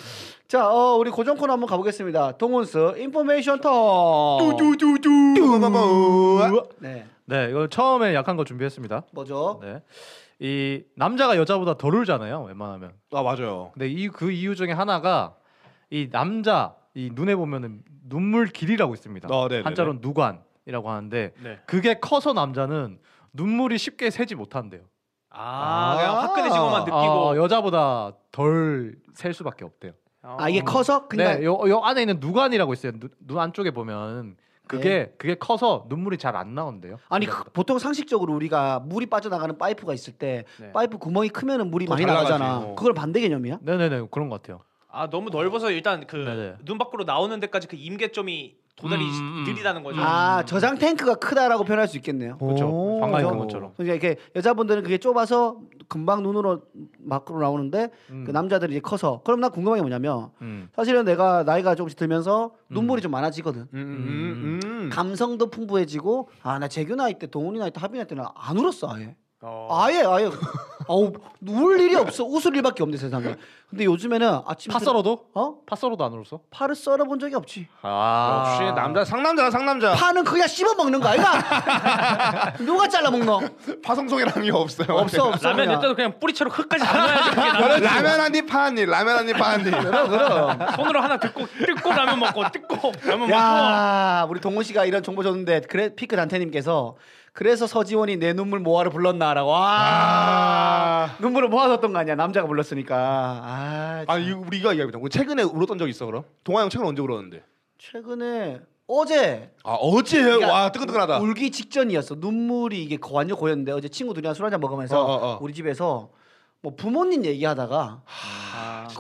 자, 어, 우리 고정 코너 한번 가보겠습니다. 동훈스 인포메이션 턴. 뭐, 뚜두두두. 네, 네, 이거 처음에 약한 거 준비했습니다. 뭐죠? 네. 이 남자가 여자보다 덜 울잖아요. 웬만하면. 아 맞아요. 근데 이 그 이유 중에 하나가 이 남자 이 눈에 보면은 눈물 길이라고 있습니다. 아, 어, 네, 네, 한자로 는 누관이라고 하는데 네. 그게 커서 남자는 눈물이 쉽게 새지 못한대요. 아, 아. 그냥 화끈해지고만 어, 느끼고. 여자보다 덜 셀 수밖에 없대요. 어. 아 이게 커서 그냥 네, 요, 요 안에 있는 누관이라고 있어요. 눈, 눈 안쪽에 보면 그게 그게 커서 눈물이 잘 안 나온대요. 아니 그- 여자보다. 보통 상식적으로 우리가 물이 빠져나가는 파이프가 있을 때 네. 파이프 구멍이 크면은 물이 더 많이 잘 나가지. 나가잖아. 어. 그걸 반대 개념이야? 네네네 그런 것 같아요. 아 너무 넓어서 일단 그 네네. 눈 밖으로 나오는 데까지 그 임계점이 도달이 음, 음. 느리다는 거죠. 아 저장 탱크가 크다라고 표현할 수 있겠네요. 그렇죠. 방금 그죠? 그런 것처럼. 그러니까 이렇게 여자분들은 그게 좁아서 금방 눈으로 밖으로 나오는데 음. 그 남자들이 이제 커서. 그럼 나 궁금한 게 뭐냐면 음. 사실은 내가 나이가 조금씩 들면서 눈물이 좀 많아지거든. 음, 음, 음. 감성도 풍부해지고 아 나 재규 나이 때 동훈이 나이 때 하빈 나이 때는 안 울었어 아예 어. 아예 아예 아우 울 일이 없어 웃을 일밖에 없네 세상에 근데 요즘에는 아침 파 썰어도? 어? 파 썰어도 안 울었어? 파를 썰어본 적이 없지 아. 역시 남자 상남자다 상남자. 파는 그냥 씹어 먹는 거 아이가 누가 잘라 먹노 파성송이라는 게 없어요. 그렇죠. 없어 없어 라면 그냥. 일단 그냥 뿌리채로 끝까지 담아야지 그게 나- 라면 한 입 파한 입, 라면 한 입 파한 입. 손으로 하나 듣고 뜯고 라면 먹고 뜯고 라면 먹고 야, 우리 동훈 씨가 이런 정보 줬는데 그래 피크 단테님께서 그래서 서지원이 내 눈물 모아를 불렀나라고 아~ 눈물을 모아뒀던 거 아니야 남자가 불렀으니까 아, 아, 참. 이 우리 이거 이야기하자. 우리 최근에 울었던 적 있어 그럼? 동아 형 최근 언제 울었는데? 최근에 어제 아 어제 그러니까 와 뜨끈뜨끈하다. 울기 직전이었어 눈물이 이게 거- 완전 고였는데 어제 친구들이랑 술 한잔 먹으면서 어, 어, 어. 우리 집에서 뭐 부모님 얘기하다가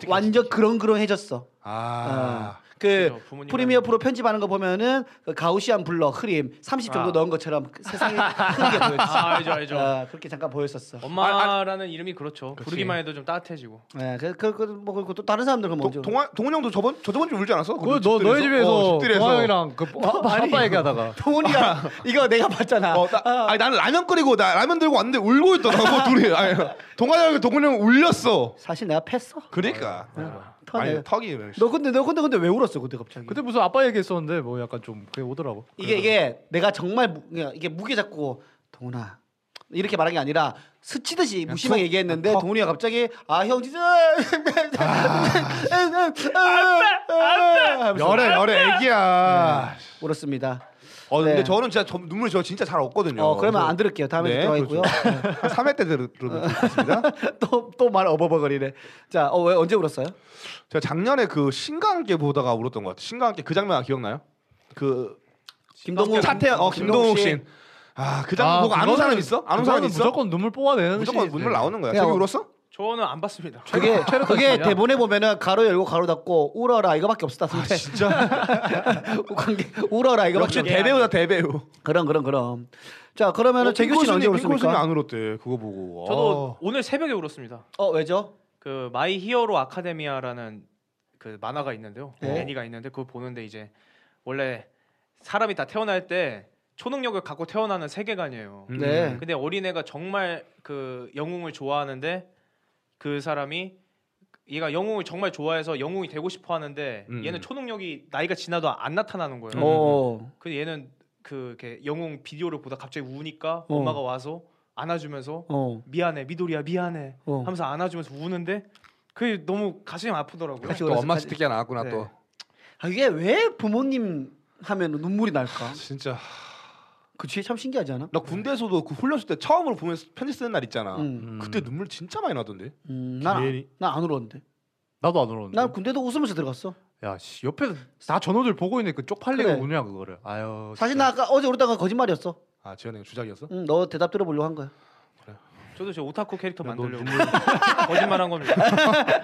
완전 그렁그렁해졌어 아. 어. 그 그죠, 부모님은- 프리미어 프로 편집하는 거 보면은 그 가우시안 블러 흐림 30 정도 아. 넣은 것처럼 그 세상에 흐르게 보였지. 아 알죠 알죠 아, 그렇게 잠깐 보였었어. 엄마라는 이름이 그렇죠 부르기만 해도 좀 따뜻해지고 네, 그, 그, 그, 뭐, 그리고 또 다른 사람들은 동- 뭐죠? 동아 동훈 형도 저번 저 저번 주 울지 않았어? 그 그거 너 너희 집에서 어, 집들이에서. 동아 형이랑 그 아, 아빠 얘기하다가 동훈이가 이거 내가 봤잖아. 어, 나, 아니 나는 라면 끓이고 나 라면 들고 왔는데 울고 있더라고 둘이. 아니, 동아 형이 동훈 형 울렸어. 사실 내가 팼어. 그러니까. 턴 아니, 내가- 턱이 왜- 네. 너 근데 너 근데 근데 왜 울었어 그때 갑자기? 그때 무슨 아빠 얘기했었는데 뭐 약간 좀 그게 오더라고. 이게 이게 내가 정말 무, 그냥 이게 무게 잡고 동훈아 이렇게 말한 게 아니라 스치듯이 무심하게 얘기했는데 동훈이가 갑자기 아 형 진짜 아, 아빠 열애 열애 애기야. 울었습니다. 어 근데 네. 저는 진짜 저, 눈물 저 진짜 잘 아. 없거든요. 어 그러면 안 들을게요. 다음에 네, 들어가 있고요. 한 3회 때 들으- 들으면 좋겠습니다. 그렇죠. 또 또 말 어버버거리네. 자, 어 왜 언제 울었어요? 제가 작년에 그 신과 함께 보다가 울었던 것 같아요. 신과 함께 그 장면 기억나요? 그 김동욱 차태현 어 김동욱 씨. 씨. 아그 장면 보고 안 온 사람 있어? 안 온 사람 있어? 무조건 눈물 뽑아내는 무조건 시리즈. 눈물 나오는 거야. 야, 저기 어. 울었어? 저는 안 봤습니다 그게 그게 씨냐? 대본에 보면은 가로 열고 가로 닫고 울어라 이거밖에 없었다. 선배. 아, 진짜 관계 울어라 이거밖에 역시 없 대배우다 대배우. 그럼 그럼 그럼. 자, 그러면은 재규 씨는 언제 어, 핑크순이 울었습니까? 안 울었대. 그거 보고. 저도 오늘 새벽에 울었습니다 어, 왜죠? 그 마이 히어로 아카데미아라는 그 만화가 있는데요. 네. 애니가 있는데 그걸 보는데 이제 원래 사람이 다 태어날 때 초능력을 갖고 태어나는 세계관이에요. 음. 네. 근데 어린애가 정말 그 영웅을 좋아하는데 그 사람이 얘가 영웅을 정말 좋아해서 영웅이 되고 싶어 하는데 음. 얘는 초능력이 나이가 지나도 안 나타나는 거예요. 어. 그 얘는 그 이렇게 영웅 비디오를 보다 갑자기 우니까 어. 엄마가 와서 안아주면서 어. 미안해 미도리야 미안해 어. 하면서 안아주면서 우는데 그게 너무 가슴이 아프더라고요. 같이 또 울었어. 엄마 스티키가 나왔구나 네. 또. 아, 이게 왜 부모님 하면 눈물이 날까? 진짜. 그치 참 신기하지 않아? 나 군대에서도 그 훈련소 때 처음으로 보면 편지 쓰는 날 있잖아. 음. 그때 눈물 진짜 많이 나던데. 음, 난난안 울었는데. 나도 안 울었는데. 그 난 군대도 웃으면서 들어갔어. 야, 씨, 옆에서 다 전호들 보고 있는데 그 쪽팔리고 그래. 우냐 그거를. 아유. 사실 진짜. 나 아까 어제 울었다가 거짓말이었어. 아 지현이가 주작이었어? 응, 너 대답 들어보려고 한 거야. 저도 제 오타쿠 캐릭터 야, 너 만들려고 거짓말한 겁니다.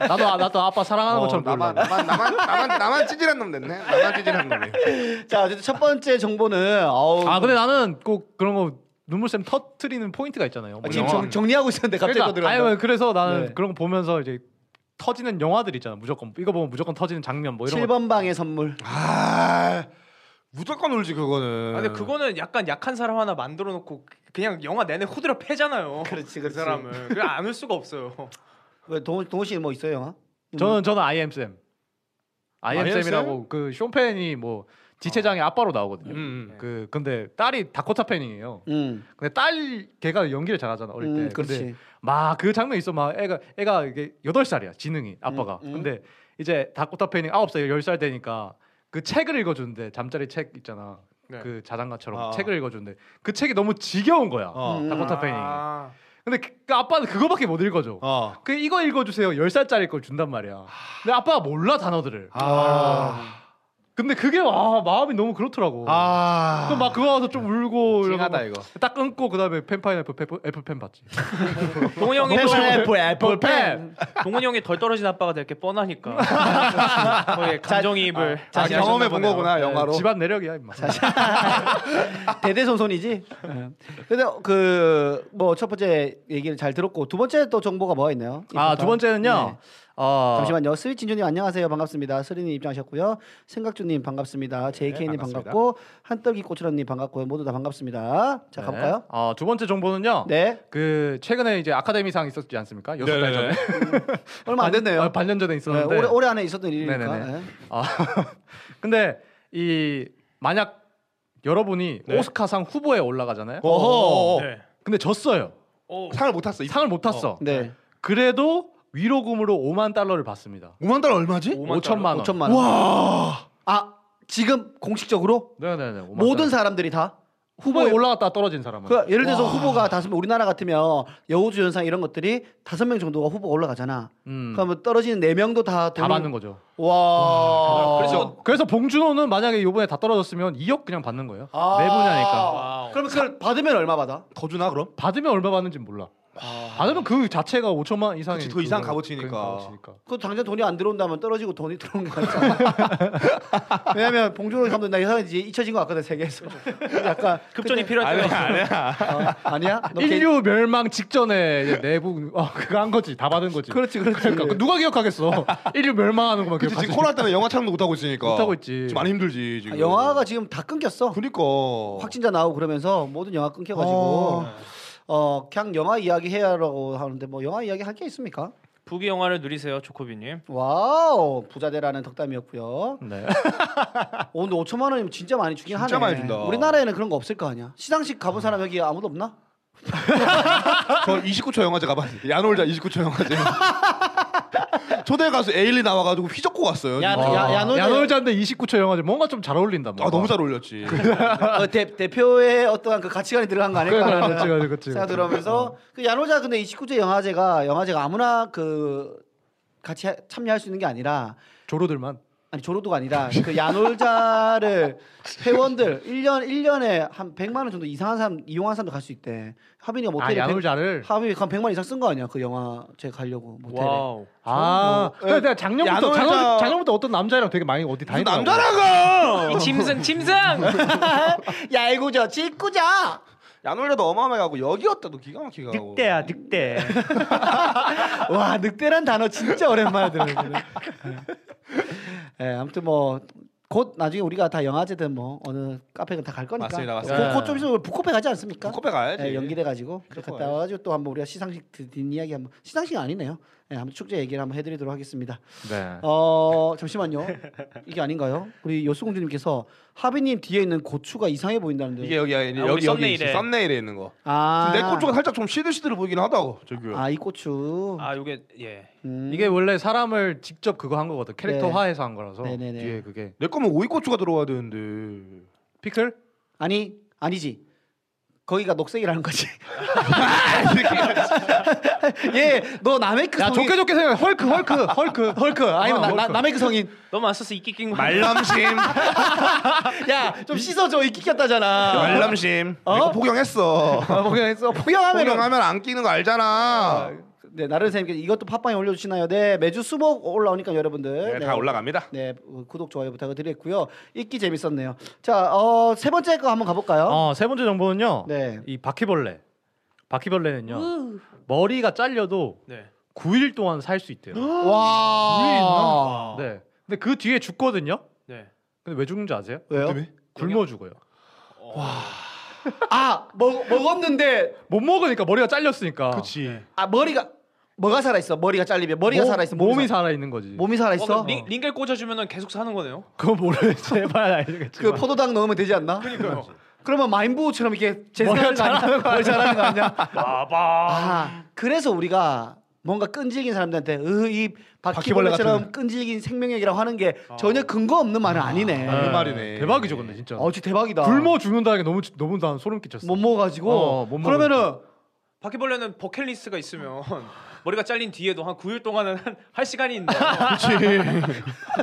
나도 아- 나도 아빠 사랑하는 어, 것처럼 나만 보려고. 나만 나만 나만 나만 찌질한 놈 됐네. 나만 찌질한 놈이. 자, 어쨌든 첫 번째 정보는 어우. 아, 근데 나는 꼭 그런 거 눈물샘 터트리는 포인트가 있잖아요. 아, 어. 뭐 지금 영화. 정, 정리하고 있었는데 갑자기 또 그러니까, 들어간다. 아니, 그래서 나는 네. 그런 거 보면서 이제 터지는 영화들 있잖아. 무조건 이거 보면 무조건 터지는 장면 뭐 이런 7번 방의 선물. 아 무조건 울지 그거는. 아, 근데 그거는 약간 약한 사람 하나 만들어 놓고 그냥 영화 내내 호들갑 패잖아요. 그렇지, 그 그렇지. 사람을 그냥 안올 수가 없어요. 왜 동호 동호 씨뭐 있어요, 영화? 거. 저는 저는 아이엠쌤. 아이엠쌤이라고 그 쇼펜이 뭐 지체장의 아빠로 나오거든요. 음, 음. 그 근데 딸이 다코타 팬이에요. 음. 근데 딸 걔가 연기를 잘하잖아 어릴 때. 음, 근데 그렇지. 막 그 장면 있어 막 애가 애가 이게 여덟 살이야 지능이 아빠가. 음, 음. 근데 이제 다코타 팬이 아홉 살 열 살 되니까 그 책을 읽어주는데 잠자리 책 있잖아. 네. 그 자장가처럼 아. 책을 읽어주는데 그 책이 너무 지겨운 거야. 어. 음. 다코타 팬이. 아, 근데 그, 그 아빠는 그거밖에 못 읽어줘. 어. 그 이거 읽어주세요. 열 살짜리 걸 준단 말이야. 근데 아빠가 몰라 단어들을. 아. 근데 그게 와 마음이 너무 그렇더라고. 아. 그막 그거 와서 좀 울고 이러고 찡하다, 이거. 딱 끊고 그다음에 팬파인애플 애플, 애플 팬 봤지. 동호 형이 펜, 또 네, 펜, 애플, 애플, 펜. 펜. 동훈이 형이 덜 떨어진 아빠가 될 게 뻔하니까 거의 감정이입을 자, 아, 다시 경험해 본 거구나 네, 영화로. 집안 내력이야 임마. 아. 대대손손이지. 예. 근데 그 뭐 첫 번째 얘기를 잘 들었고 두 번째 또 정보가 뭐가 있나요? 네. 아 두 번째는요. 어, 잠시만요. 스위친주님 안녕하세요. 반갑습니다. 스리님 입장하셨고요. 생각주님 반갑습니다. JK님 네, 반갑습니다. 반갑고 한떡이 고추라님 반갑고요. 모두 다 반갑습니다. 자 네. 가볼까요? 어, 두 번째 정보는요. 네. 그 최근에 이제 아카데미상 있었지 않습니까? 네, 여섯 달 전에 음. 얼마 안 반- 됐네요. 어, 반년 전에 네, 있었는데. 올해, 올해 안에 있었던 일이니까. 네네네. 예. 아, 근데 이 만약 여러분이 오스카상 후보에 올라가잖아요. 네. 어허. 네. 근데 졌어요. 상을 못 탔어. 상을 못 탔어. 네. 그래도 위로금으로 5만 달러를 받습니다. 5만 달러 얼마지? 5천만 원. 5천만 원. 와. 아 지금 공식적으로 네네네. 5만 모든 달러. 사람들이 다 후보에 올라갔다 떨어진 사람은 그 예를 들어서 후보가 다섯 명 우리나라 같으면 여우주 연상 이런 것들이 다섯 명 정도가 후보가 올라가잖아. 음, 그러면 떨어지는 네 명도 다 다 받는 거죠. 음. 그렇죠. 와. 그래서 그래서 봉준호는 만약에 이번에 다 떨어졌으면 2억 그냥 받는 거예요. 아. 네 분야니까. 아. 그럼 그걸 받으면 얼마 받아? 더 주나 그럼? 받으면 얼마 받는지 몰라. 받으면 그 자체가 5천만 그러니까 원 이상이 아. 그치, 그 이상 값어치니까. 그 당장 돈이 안 들어온다면 떨어지고 돈이 들어오는 거잖아. 왜냐면 봉준호 감독 나 이상한 지 잊혀진 것 같거든 세계에서. 약간 급전이 그때- 필요할 때가 있어요. 어, 아니야? 너 개- 인류 멸망 직전에 이제 내부 어, 그거 한 거지 다 받은 거지. 그렇지 그렇지. 그러니까 그 누가 기억하겠어? 인류 멸망하는 것만 그치 기억하지. 지금 코로나 때문에 영화 촬영도 못 하고 있으니까. 못하고 있지. 지금 많이 힘들지 지금. 아, 영화가 지금 다 끊겼어. 그니까. 확진자 나오고 그러면서 모든 영화 끊겨가지고 어 그냥 영화 이야기 해야라고 하는데 뭐 영화 이야기 할 게 있습니까? 부귀 영화를 누리세요, 조코비님. 와우 부자대라는 덕담이었고요. 네. 오, 근데 5천만 원이면 진짜 많이 주긴 하네. 진짜 많이 준다. 우리나라에는 그런 거 없을 거 아니야. 시상식 가본 사람 여기 아무도 없나? 저 29초 영화제 가봤는데 야놀자 29초 영화제. 초대 가수 에일리 나와가지고 휘젓고 갔어요. 야, 진짜. 야, 야놀자- 아, 야놀자인데 29초 영화제 뭔가 좀 잘 어울린다. 뭔가. 아 너무 잘 어울렸지. 어, 대, 대표의 어떠한 그 가치관이 들어간 거 그래, 그래, 아닐까? 그렇지, 그렇지, 그렇지. 생각 들어면서 그 야노자 근데 29제 영화제가 영화제가 아무나 그 같이 하- 참여할 수 있는 게 아니라 조로들만. 아니 조로도가 아니라 그 야놀자를 회원들 1년 1년에 한 100만 원 정도 이상한 사람 이용한 사람도 갈 수 있대. 뭐 하빈이가 아 모텔에 야놀자를. 하빈이 한 100만 원 이상 쓴 거 아니야? 그 영화제 가려고 모텔에. 와우. 아, 근데 내가 작년부터 야놀자- 작년, 작년부터 어떤 남자랑 되게 많이 어디 다니는 어. 남자라가. 이 침승 침승. 야이구저 짓구자. 야놀자도 어마어마해 가고 여기였다도 기가 막히게 가고. 늑대야 늑대. 와 늑대란 단어 진짜 오랜만에 들었는데. 예, 아무튼 뭐 곧 나중에 우리가 다 영화제든 뭐 어느 카페든 다 갈 거니까. 맞습니다, 맞습니다. 곧좀 있으면 우리 북코페 가지 않습니까? 코페 가야지. 예, 연기돼 가지고 그래 무조건 갔다 와가지고 또 한번 우리가 시상식 뒷- 뒷이야기 한번 시상식 아니네요. 예, 한번 축제 얘기를 한번 해드리도록 하겠습니다. 네. 어 잠시만요. 이게 아닌가요? 우리 여수공주님께서 하비님 뒤에 있는 고추가 이상해 보인다는데. 이게 여기 여기 우리 여기 여기 썸네일에. 있어. 네. 아, 썸네일에 있는 거. 아. 내 고추가 살짝 좀 시들시들 보이긴 하다고. 저기. 아이 고추. 아, 요게 예. 음. 이게 원래 사람을 직접 그거 한 거거든. 캐릭터화해서 한 거라서 네네네. 뒤에 그게 내 거면 오이 고추가 들어와야 되는데. 피클? 아니 아니지. 거기가 녹색이라는 거지. 예, 너 나메크 야 성인. 좋게 좋게 생각해. 헐크, 헐크, 헐크, 헐크. 아니면 아니면 그- 나, 나, 나메크 성인. 너무 안 써서 이끼 낀 거. 말남심. 야, 좀 씻어줘. 이 끼꼈다잖아. 말남심. 어? 내거 포경했어. 포경했어. 포경하면. 포경하면 안 끼는 거 알잖아. 네, 나른 선생님께서 이것도 팟빵에 올려주시나요? 네, 매주 수목 올라오니까 여러분들. 네, 다 올라갑니다. 네, 어, 구독 좋아요 부탁드리겠고요. 읽기 재밌었네요. 자, 어, 세 번째 거 한번 가볼까요? 어, 세 번째 정보는요. 네. 이 바퀴벌레. 바퀴벌레는요. 머리가 잘려도 네. 9일 동안 살 수 있대요. 와. 와. 네. 근데 그 뒤에 죽거든요. 네. 근데 왜 죽는지 아세요? 네? 왜요? 굶어 죽어요. 아, 먹, 먹었는데 못 먹으니까 머리가 잘렸으니까. 그렇지. 아 머리가 뭐가 살아 있어? 머리가 잘리면 머리가 몸- 살아 있어. 뭐, 몸이 살아 있는 거지. 몸이 살아 있어. 링, 링겔 꽂아주면은 계속 사는 거네요. 그건 모르 제발 알려겠지. 그 포도당 넣으면 되지 않나? 그러니까요. 그러면 마인부호처럼 이렇게 머리가 재생하는 거 아니야? 머리 잘하는 거 아니야? 아, 그래서 우리가 뭔가 끈질긴 사람들한테 으, 이 바퀴벌레 바퀴벌레처럼 끈질긴 생명력이라고 하는 게 전혀 근거 없는 말은 아니네. 그 말이네. 대박이죠, 근데 진짜. 어, 진짜 대박이다. 굶어 죽는다는 게 너무 너무 난 소름 끼쳤어. 못 먹어가지고 어, 못 그러면은 바퀴벌레는 버킷리스트가 있으면 머리가 잘린 뒤에도 한 9일 동안은 한- 할 시간이 있네.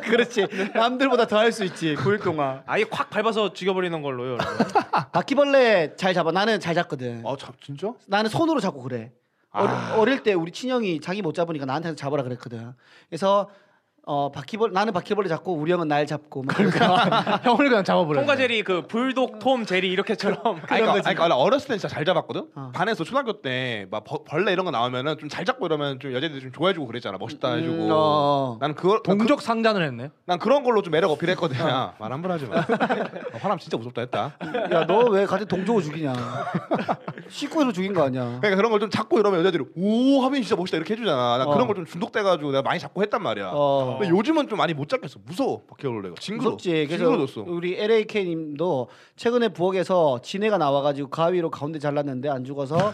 그렇지 남들보다 더 할 수 있지 9일 동안 아예 콱 밟아서 죽여버리는 걸로요. 여러분. 아. 바퀴벌레 잘 잡아 나는 잘 잡거든 아, 참 진짜? 나는 손으로 잡고 그래 어리- 어릴 때 우리 친형이 자기 못 잡으니까 나한테 잡으라 그랬거든. 그래서 어 바퀴벌 나는 바퀴벌레 잡고 우리 형은 날 잡고 막 형을 그냥 잡아버려. 통과 제리 그 불독 톰 제리 이렇게처럼 아니, 그러니까, 아니, 그러니까 원래 어렸을 때 진짜 잘 잡았거든. 어. 반에서 초등학교 때 막 벌레 이런 거 나오면은 좀 잘 잡고 이러면 좀 여자들이 좀 좋아해주고 그랬잖아. 멋있다 해주고. 음, 어. 나는 그걸 난 그- 동족 상단을 했네. 난 그런 걸로 좀 매력 어필했거든. 야, 말 함부로 하지 마. 어, 화남 진짜 무섭다 했다. 야 너 왜 같이 동족을 죽이냐? 식구에서 죽인 거 아니야? 그러니까 그런 걸 좀 잡고 이러면 여자들이 오 하면 진짜 멋있다 이렇게 해주잖아. 난 어. 그런 걸 좀 중독돼가지고 내가 많이 잡고 했단 말이야. 어. 근데 요즘은 좀 많이 못 잡겠어. 무서워. 바퀴벌레가 징그러. 무섭지. 그래서 징그러졌어. 우리 LAK님도 최근에 부엌에서 지네가 나와가지고 가위로 가운데 잘랐는데 안 죽어서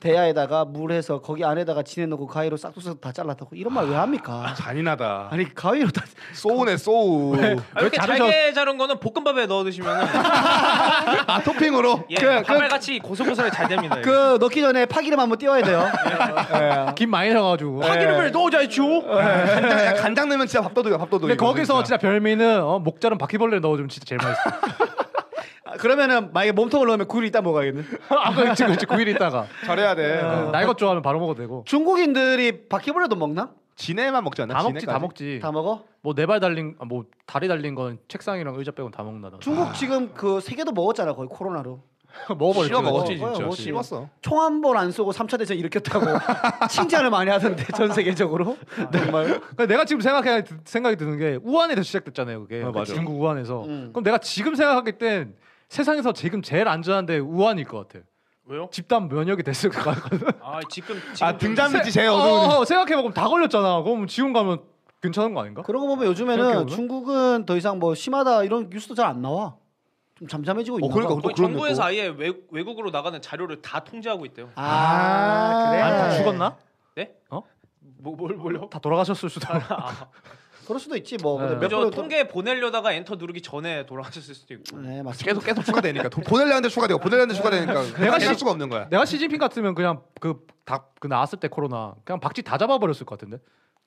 대야에다가 물해서 거기 안에다가 지네 넣고 가위로 싹둑싹둑 다 잘랐다고 이런 말 왜 합니까? 잔인하다. 아니 가위로 다 소우네 소우. 아, 이렇게 자르셨- 잘게 자른 거는 볶음밥에 넣어 드시면 아 토핑으로. 예, 그- 밥알같이 고소고소하게 잘 됩니다. 이거. 그 넣기 전에 파기름 한번 띄워야 돼요. 아. 아, 김 많이 넣어가지고. 네, 파기름을 넣어줘야죠. 간장, 간장 넣으면 진짜 밥도둑이야 밥도둑. 근데 거기서 진짜 별미는 어, 목자른 바퀴벌레 넣어주면 진짜 제일 맛있어. 아, 그러면은 만약에 몸통을 넣으면 구이를 이따 먹어야겠네. 아까 그치 그치 9일 있다가 잘해야 돼. 어, 날것 좋아하면 바로 먹어도 되고. 중국인들이 바퀴벌레도 먹나? 지네만 먹지 않나? 다 먹지 다 지네까지? 먹지. 다 먹어? 뭐 네 발 달린 아, 뭐 다리 달린 건 책상이랑 의자 빼고 다 먹는다. 중국 지금 그 세 개도 먹었잖아 거의 코로나로. 먹어버렸지. 씹어 먹었지 먹어요, 진짜. 먹었지. 씹었어. 총 한 번 안 쏘고 3차 대전 일으켰다고 칭찬을 많이 하던데 전 세계적으로 네. 정말 그러니까 내가 지금 생각해 생각이 드는 게 우한에서 시작됐잖아요 그게 그러니까 어, 맞아. 중국 우한에서 음. 그럼 내가 지금 생각할 땐 세상에서 지금 제일 안전한 데 우한일 것 같아 왜요? 집단 면역이 됐을 것 같거든 아 지금 지금 아 등잔 밑이 제일 어, 어두운. 어, 생각해보면 다 걸렸잖아 그럼 지금 가면 괜찮은 거 아닌가? 그런 거 보면 그렇게 요즘에는 보면? 중국은 더 이상 뭐 심하다 이런 뉴스도 잘 안 나와 좀 잠잠해지고 있나 어, 그러니까 봐. 또 거의 그런 정부에서 아예 외, 외국으로 나가는 자료를 다 통제하고 있대요. 아, 그래 아니 다 죽었나? 네? 어? 뭐뭘 뭘요? 다 돌아가셨을 수도 그럴 수도 있지 뭐 근데 네. 몇 그죠 번을 또- 통계 보내려다가 엔터 누르기 전에 돌아가셨을 수도 있고. 네 맞습니다 계속 계속 추가되니까 돈 보내려는데 추가되고 보내려는데 추가되니까 내가 쉴 씹- 수가 없는 거야. 내가 시진핑 같으면 그냥 그다그 나왔을 때 코로나 그냥 박쥐 다 잡아버렸을 것 같은데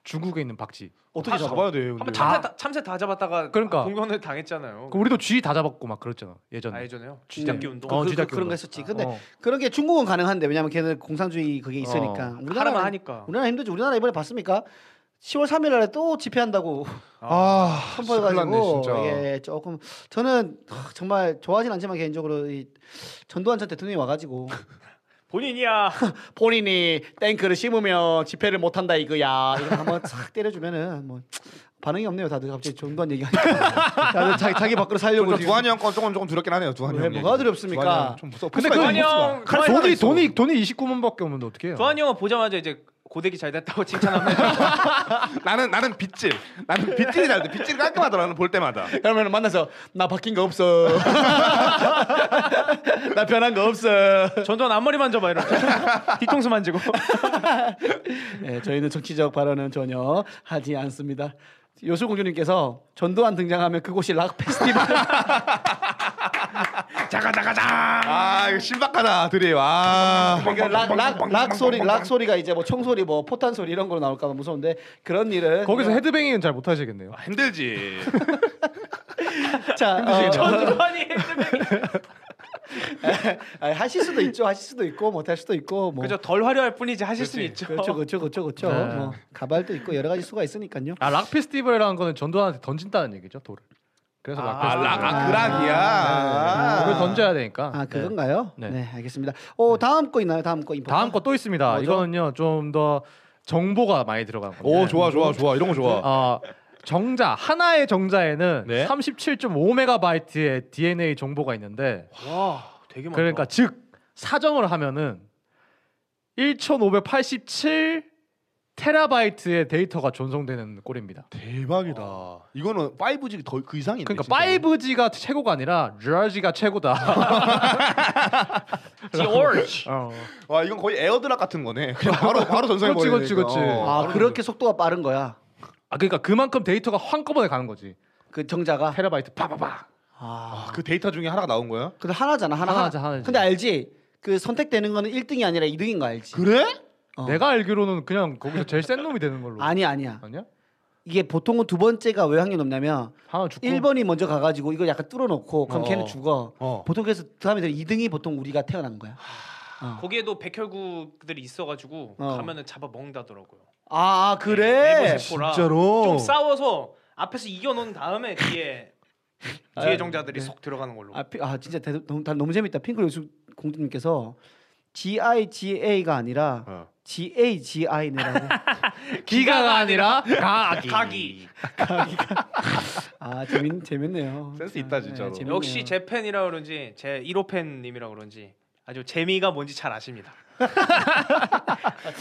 중국에 있는 박쥐 어떻게 잡아? 잡아야 돼? 한번 근데. 참새 다, 참새 다 잡았다가 그러니까. 공연을 당했잖아요. 그 우리도 쥐 다 잡았고 막 그랬잖아 예전에 아 예전에요. 네. 쥐잡기 운동. 그- 어, 그, 쥐잡기 그, 그런 운동. 거 했었지 근데 어. 그런 게 중국은 가능한데 왜냐면 걔는 공산주의 그게 있으니까 하라만 우리나라 하니까. 우리나라 힘들지 우리나라 이번에 봤습니까 10월 3일날에 또 집회한다고 아 선포해가지고 예 조금 저는 하, 정말 좋아하진 않지만 개인적으로 이 전두환 전 대통령이 와가지고 본인이야. 본인이 탱크를 심으면 집회를 못 한다 이거야. 이거 한번 착 때려주면은 뭐 반응이 없네요. 다들 갑자기 전두환 얘기하니까 다들 자기 자기 밖으로 살려고 지금. 그러니까 두한이 형건 조금 조금 두렵긴 하네요. 두한이 왜, 형. 뭐가 얘기. 두렵습니까? 두한이 형좀 무서워. 근데 포스가 그건 있어, 포스가. 형- 칼 포스가 돈이 있어. 돈이 돈이 29만밖에 없는데 어떻게 해요? 조한이 형은 보자마자 이제 고데기 잘 됐다고 칭찬합니다. 나는 나는 빗질. 나는 빗질이 잘 돼. 빗질 깔끔하더라. 나는 볼 때마다. 그러면 만나서 나 바뀐 거 없어. 나 변한 거 없어. 전두환 앞머리 만져봐 이러고 뒤통수 만지고. 네, 저희는 정치적 발언은 전혀 하지 않습니다. 요수 공주님께서 전두환 등장하면 그곳이 락 페스티벌. 아 이거 신박하다 아. 드이 와. 그러니까 락, 락, 락 소리, 락 소리가 이제 뭐 총소리, 뭐 포탄 소리 이런 걸로 나올까 봐 무서운데 그런 일은 거기서 헤드뱅잉은 잘 못하시겠네요. 힘들지. 자 어, 전두환이 핸드백. 아, 하실 수도 있죠, 하실 수도 있고 못할 수도 있고 뭐 그죠 덜 화려할 뿐이지 하실 수는 있죠. 그렇죠, 그렇죠, 그렇죠, 그렇죠. 네. 뭐 가발도 있고 여러 가지 수가 있으니까요. 아 락 페스티벌이라는 거는 전두환한테 던진다는 얘기죠 돌을. 그래서 락 아, 페스티벌. 락, 아락 그락이야. 그걸 아. 던져야 되니까. 아 네. 그건가요? 네, 네. 알겠습니다. 오 다음 거 있나요? 다음 거 다음 거 또 있습니다. 뭐죠? 이거는요 좀 더 정보가 많이 들어간 겁니다. 오 좋아 좋아 좋아 이런 거 좋아. 아, 정자 하나의 정자에는 네. 37.5 메가바이트의 DNA 정보가 있는데 와 되게 많다. 어, 그러니까 즉 사정을 하면은 1,587 테라바이트의 데이터가 전송되는 꼴입니다. 대박이다. 이거는 5G 더 그 이상인데. 그러니까 진짜. 5G가 최고가 아니라 르지가 최고다. 지오르지. 어. 와 이건 거의 에어드랍 같은 거네. 그냥 바로 바로 전송해 그렇지, 버리니까. 그렇지, 그렇지. 아 그렇게 속도가 빠른 거야. 아 그러니까 그만큼 데이터가 한꺼번에 가는 거지. 그 정자가. 테라바이트 파파파. 아, 그 데이터 중에 하나가 나온 거야? 근데 하나잖아, 하나. 하나지, 하나지. 근데 알지? 그 선택되는 거는 1등이 아니라 2등인 거 알지? 그래? 어. 내가 알기로는 그냥 거기서 제일 센 놈이 되는 걸로. 아니 아니야. 아니야? 이게 보통은 두 번째가 왜 확률 높냐면 하나 죽고. 1번이 먼저 가가지고 이걸 약간 뚫어놓고 그럼 어. 걔는 죽어. 어. 보통 그래서 그 다음에 2등이 보통 우리가 태어난 거야. 어. 거기에도 백혈구들이 있어가지고 어. 가면은 잡아 먹는다더라고요. 아 네이버 그래. 세포라 진짜로. 좀 싸워서 앞에서 이겨놓은 다음에 뒤에 뒤에 종자들이 쏙 들어가는 걸로. 아, 피- 아 진짜 대, 너무, 다- 너무 재밌다. 핑클 요즘 공주님께서 G I G A가 아니라 어. G A G I네라고. 기가가 아니라 가기. 가기 아 재밌 재밌네요. 센스 있다, 진짜로. 재밌네요. 역시 제 팬이라 그런지 제 1호 팬님이라 그런지 아주 재미가 뭔지 잘 아십니다.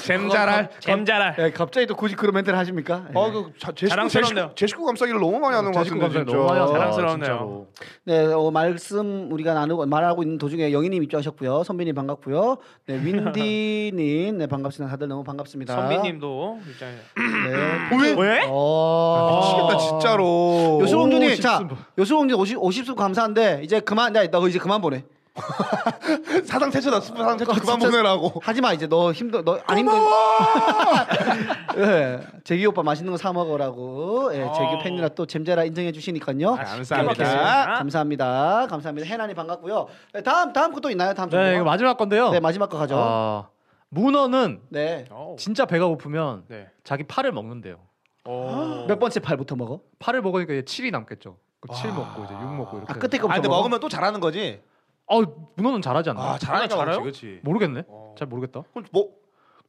잼자랄. 잼자랄. 예, 갑자기 또 굳이 그런 멘트를 하십니까? 예. 아그제 자랑스럽네요. 식구 제 식구 감싸기를 너무 많이 하는 것 제 식구 같은데 감사합니다. 진짜. 너무 많이 하세요. 자랑스럽네요. 진짜로. 네, 어, 말씀 우리가 나누고 말하고 있는 도중에 영희님 입장하셨고요. 선배님 반갑고요. 네, 윈디님 네 반갑습니다. 다들 너무 반갑습니다. 선비님도 입장에 아, 네. 왜? 왜? 아. 어. 미치겠다 진짜로. 요술공주님 오, 자 십순. 요술공주님 50 50수 감사한데 이제 그만 야, 너 이제 그만 보내. 사상 퇴처다. 사상 퇴처 어, 그만 진짜. 보내라고. 하지 마 이제 너 힘들 너안 힘들. 아, 예. 재규 오빠 맛있는 거 사 먹으라고. 예, 재규 어. 팬이라 또 잼재라 인정해 주시니까요. 네, 아, 감사합니다. 감사합니다. 감사합니다. 해나님 반갑고요. 네, 다음 다음 것도 있나요? 다음 네, 이거 종목? 마지막 건데요. 네 마지막 거 가죠. 아, 문어는 네. 어. 진짜 배가 고프면 네. 자기 팔을 먹는데요. 어. 몇 번째 팔부터 먹어? 팔을 먹으니까 이제 칠이 남겠죠. 그 칠 먹고 이제 육 먹고 이렇게. 아 끝에 아 거부터 근데 먹어. 먹으면 또 잘하는 거지. 아, 문어는 잘하지 어. 않나? 아 잘하니까 잘해요? 그렇지. 모르겠네. 잘 모르겠다. 그럼 뭐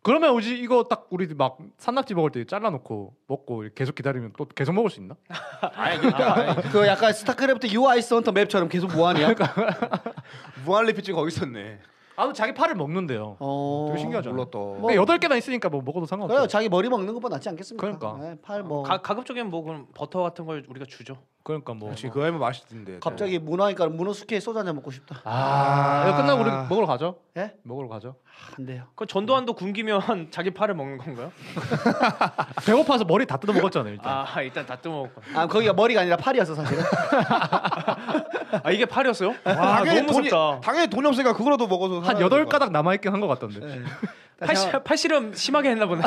그러면 우지 이거 딱 우리 막 산낙지 먹을 때 잘라놓고 먹고 계속 기다리면 또 계속 먹을 수 있나? 그 약간 스타크래프트 유 아이스 헌터 맵처럼 계속 뭐하냐? 무한 리피팅 거기 있었네. 아무 자기 팔을 먹는데요. 어. 되게 신기하죠. 몰랐다. 뭐- 여덟 개나 있으니까 뭐 먹어도 상관없어. 그래요. 자기 머리 먹는 것보다 낫지 않겠습니까? 그러니까. 네, 팔 뭐. 가, 가급적이면 뭐 그럼 버터 같은 걸 우리가 주죠. 그러니까 뭐. 역시 그거 하면 맛있던데. 갑자기 문어니까 문어 숙회 소주 한잔 먹고 싶다. 아, 이거 끝나고 우리 먹으러 가죠. 예? 먹으러 가죠. 안 돼요. 그 전두환도 굶기면 자기 팔을 먹는 건가요? 아, 배고파서 머리 다 뜯어 먹었잖아요. 일단. 아 일단 다 뜯어먹고. 아 거기가 머리가 아니라 팔이었어 사실은. 아 이게 팔이었어요? 와 당연히 아, 너무 돈이 무섭다. 당연히 돈이 없으니까 그거라도 먹어서 한 살아야 여덟 될것 가닥 남아 있긴 한 것 같던데. 네. 팔씨- 팔씨름 심하게 했나 보네.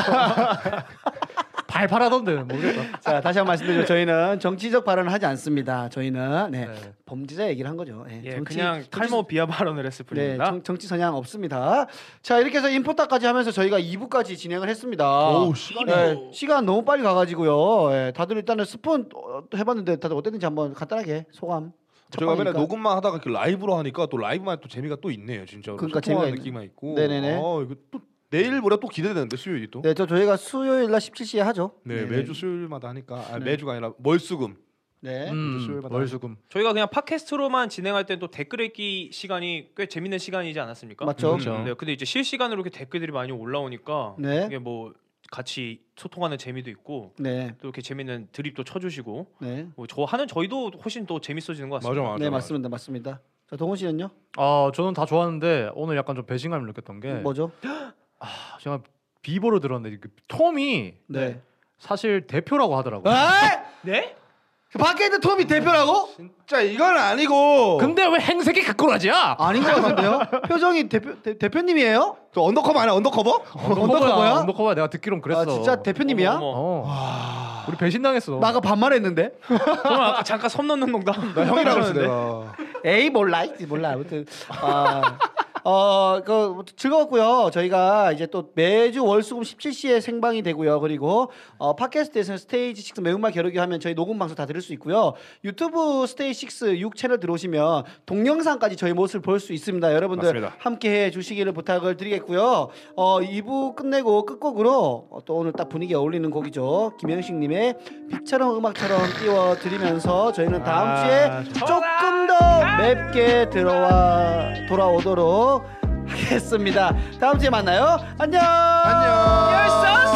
발 팔하던데 모르겠다. 자 다시 한 번 말씀드리죠. 저희는 정치적 발언을 하지 않습니다. 저희는 네, 네. 범죄자 얘기를 한 거죠. 네, 예, 정치- 그냥 탈모 비하 발언을 했을 네, 뿐입니다. 정, 정치 선양 없습니다. 자 이렇게 해서 인포타까지 하면서 저희가 2부까지 진행을 했습니다. 같아. 네, 시간 너무 빨리 가가지고요. 예, 다들 일단은 스푼 어, 해봤는데 다들 어땠는지 한번 간단하게 소감. 첫 제가 맨날 방이니까. 녹음만 하다가 이렇게 라이브로 하니까 또 라이브만 또 재미가 또 있네요 진짜로 그러니까 소통하는 재미가 있네. 느낌만 있고 네네네. 어, 이거 또 내일 모레 또 기대되는데 수요일이 또 네, 네, 저 저희가 수요일 날 17시에 하죠. 매주 수요일마다 하니까 아, 네. 매주가 아니라 월수금 네. 음, 수요일마다 월수금. 저희가 그냥 팟캐스트로만 진행할 때는 또 댓글 읽기 시간이 꽤 재밌는 시간이지 않았습니까? 맞죠? 음. 네, 근데 이제 실시간으로 이렇게 댓글들이 많이 올라오니까 네. 이게 뭐 같이 소통하는 재미도 있고 네. 또 이렇게 재밌는 드립도 쳐주시고 네. 뭐 저 하는 저희도 훨씬 더 재밌어지는 것 같습니다. 네, 맞습니다. 맞습니다. 자, 동훈 씨는요? 아 저는 다 좋았는데 오늘 약간 좀 배신감을 느꼈던 네. 게 뭐죠? 아, 제가 비보를 들었는데 그 톰이 네. 사실 대표라고 하더라고요. 아! 네? 그 밖에 있는 톰이 대표라고? 진짜 이건 아니고 근데 왜 행색이 가꾸라지야? 아닌 것 같은데요? 표정이 대표 대, 대표님이에요? 저 언더커버 아니야 언더커버? 어, 언더커버야? 언더커버야. 내가 듣기론 그랬어. 아, 진짜 대표님이야? 어머, 뭐, 어머. 어. 우리 배신당했어. 나가 반말했는데? 저는 아까 잠깐 섬 넣는 농담. 나 형이라고 했어 내가 에이 몰라 이 몰라 아무튼 아, 어그 즐거웠고요 저희가 이제 또 매주 월수금 17시에 생방이 되고요 그리고 어, 팟캐스트에서는 스테이지 6 매운맛 겨루기 하면 저희 녹음 방송 다 들을 수 있고요 유튜브 스테이지 6 채널 들어오시면 동영상까지 저희 모습을 볼 수 있습니다 여러분들 맞습니다. 함께 해 주시기를 부탁을 드리겠고요 어 2부 끝내고 끝곡으로 어, 또 오늘 딱 분위기에 어울리는 곡이죠 김현식님의 빛처럼 음악처럼 띄워드리면서 저희는 다음 주에 조금 더 맵게 들어와 돌아오도록 하겠습니다. 다음 주에 만나요. 안녕. 안녕.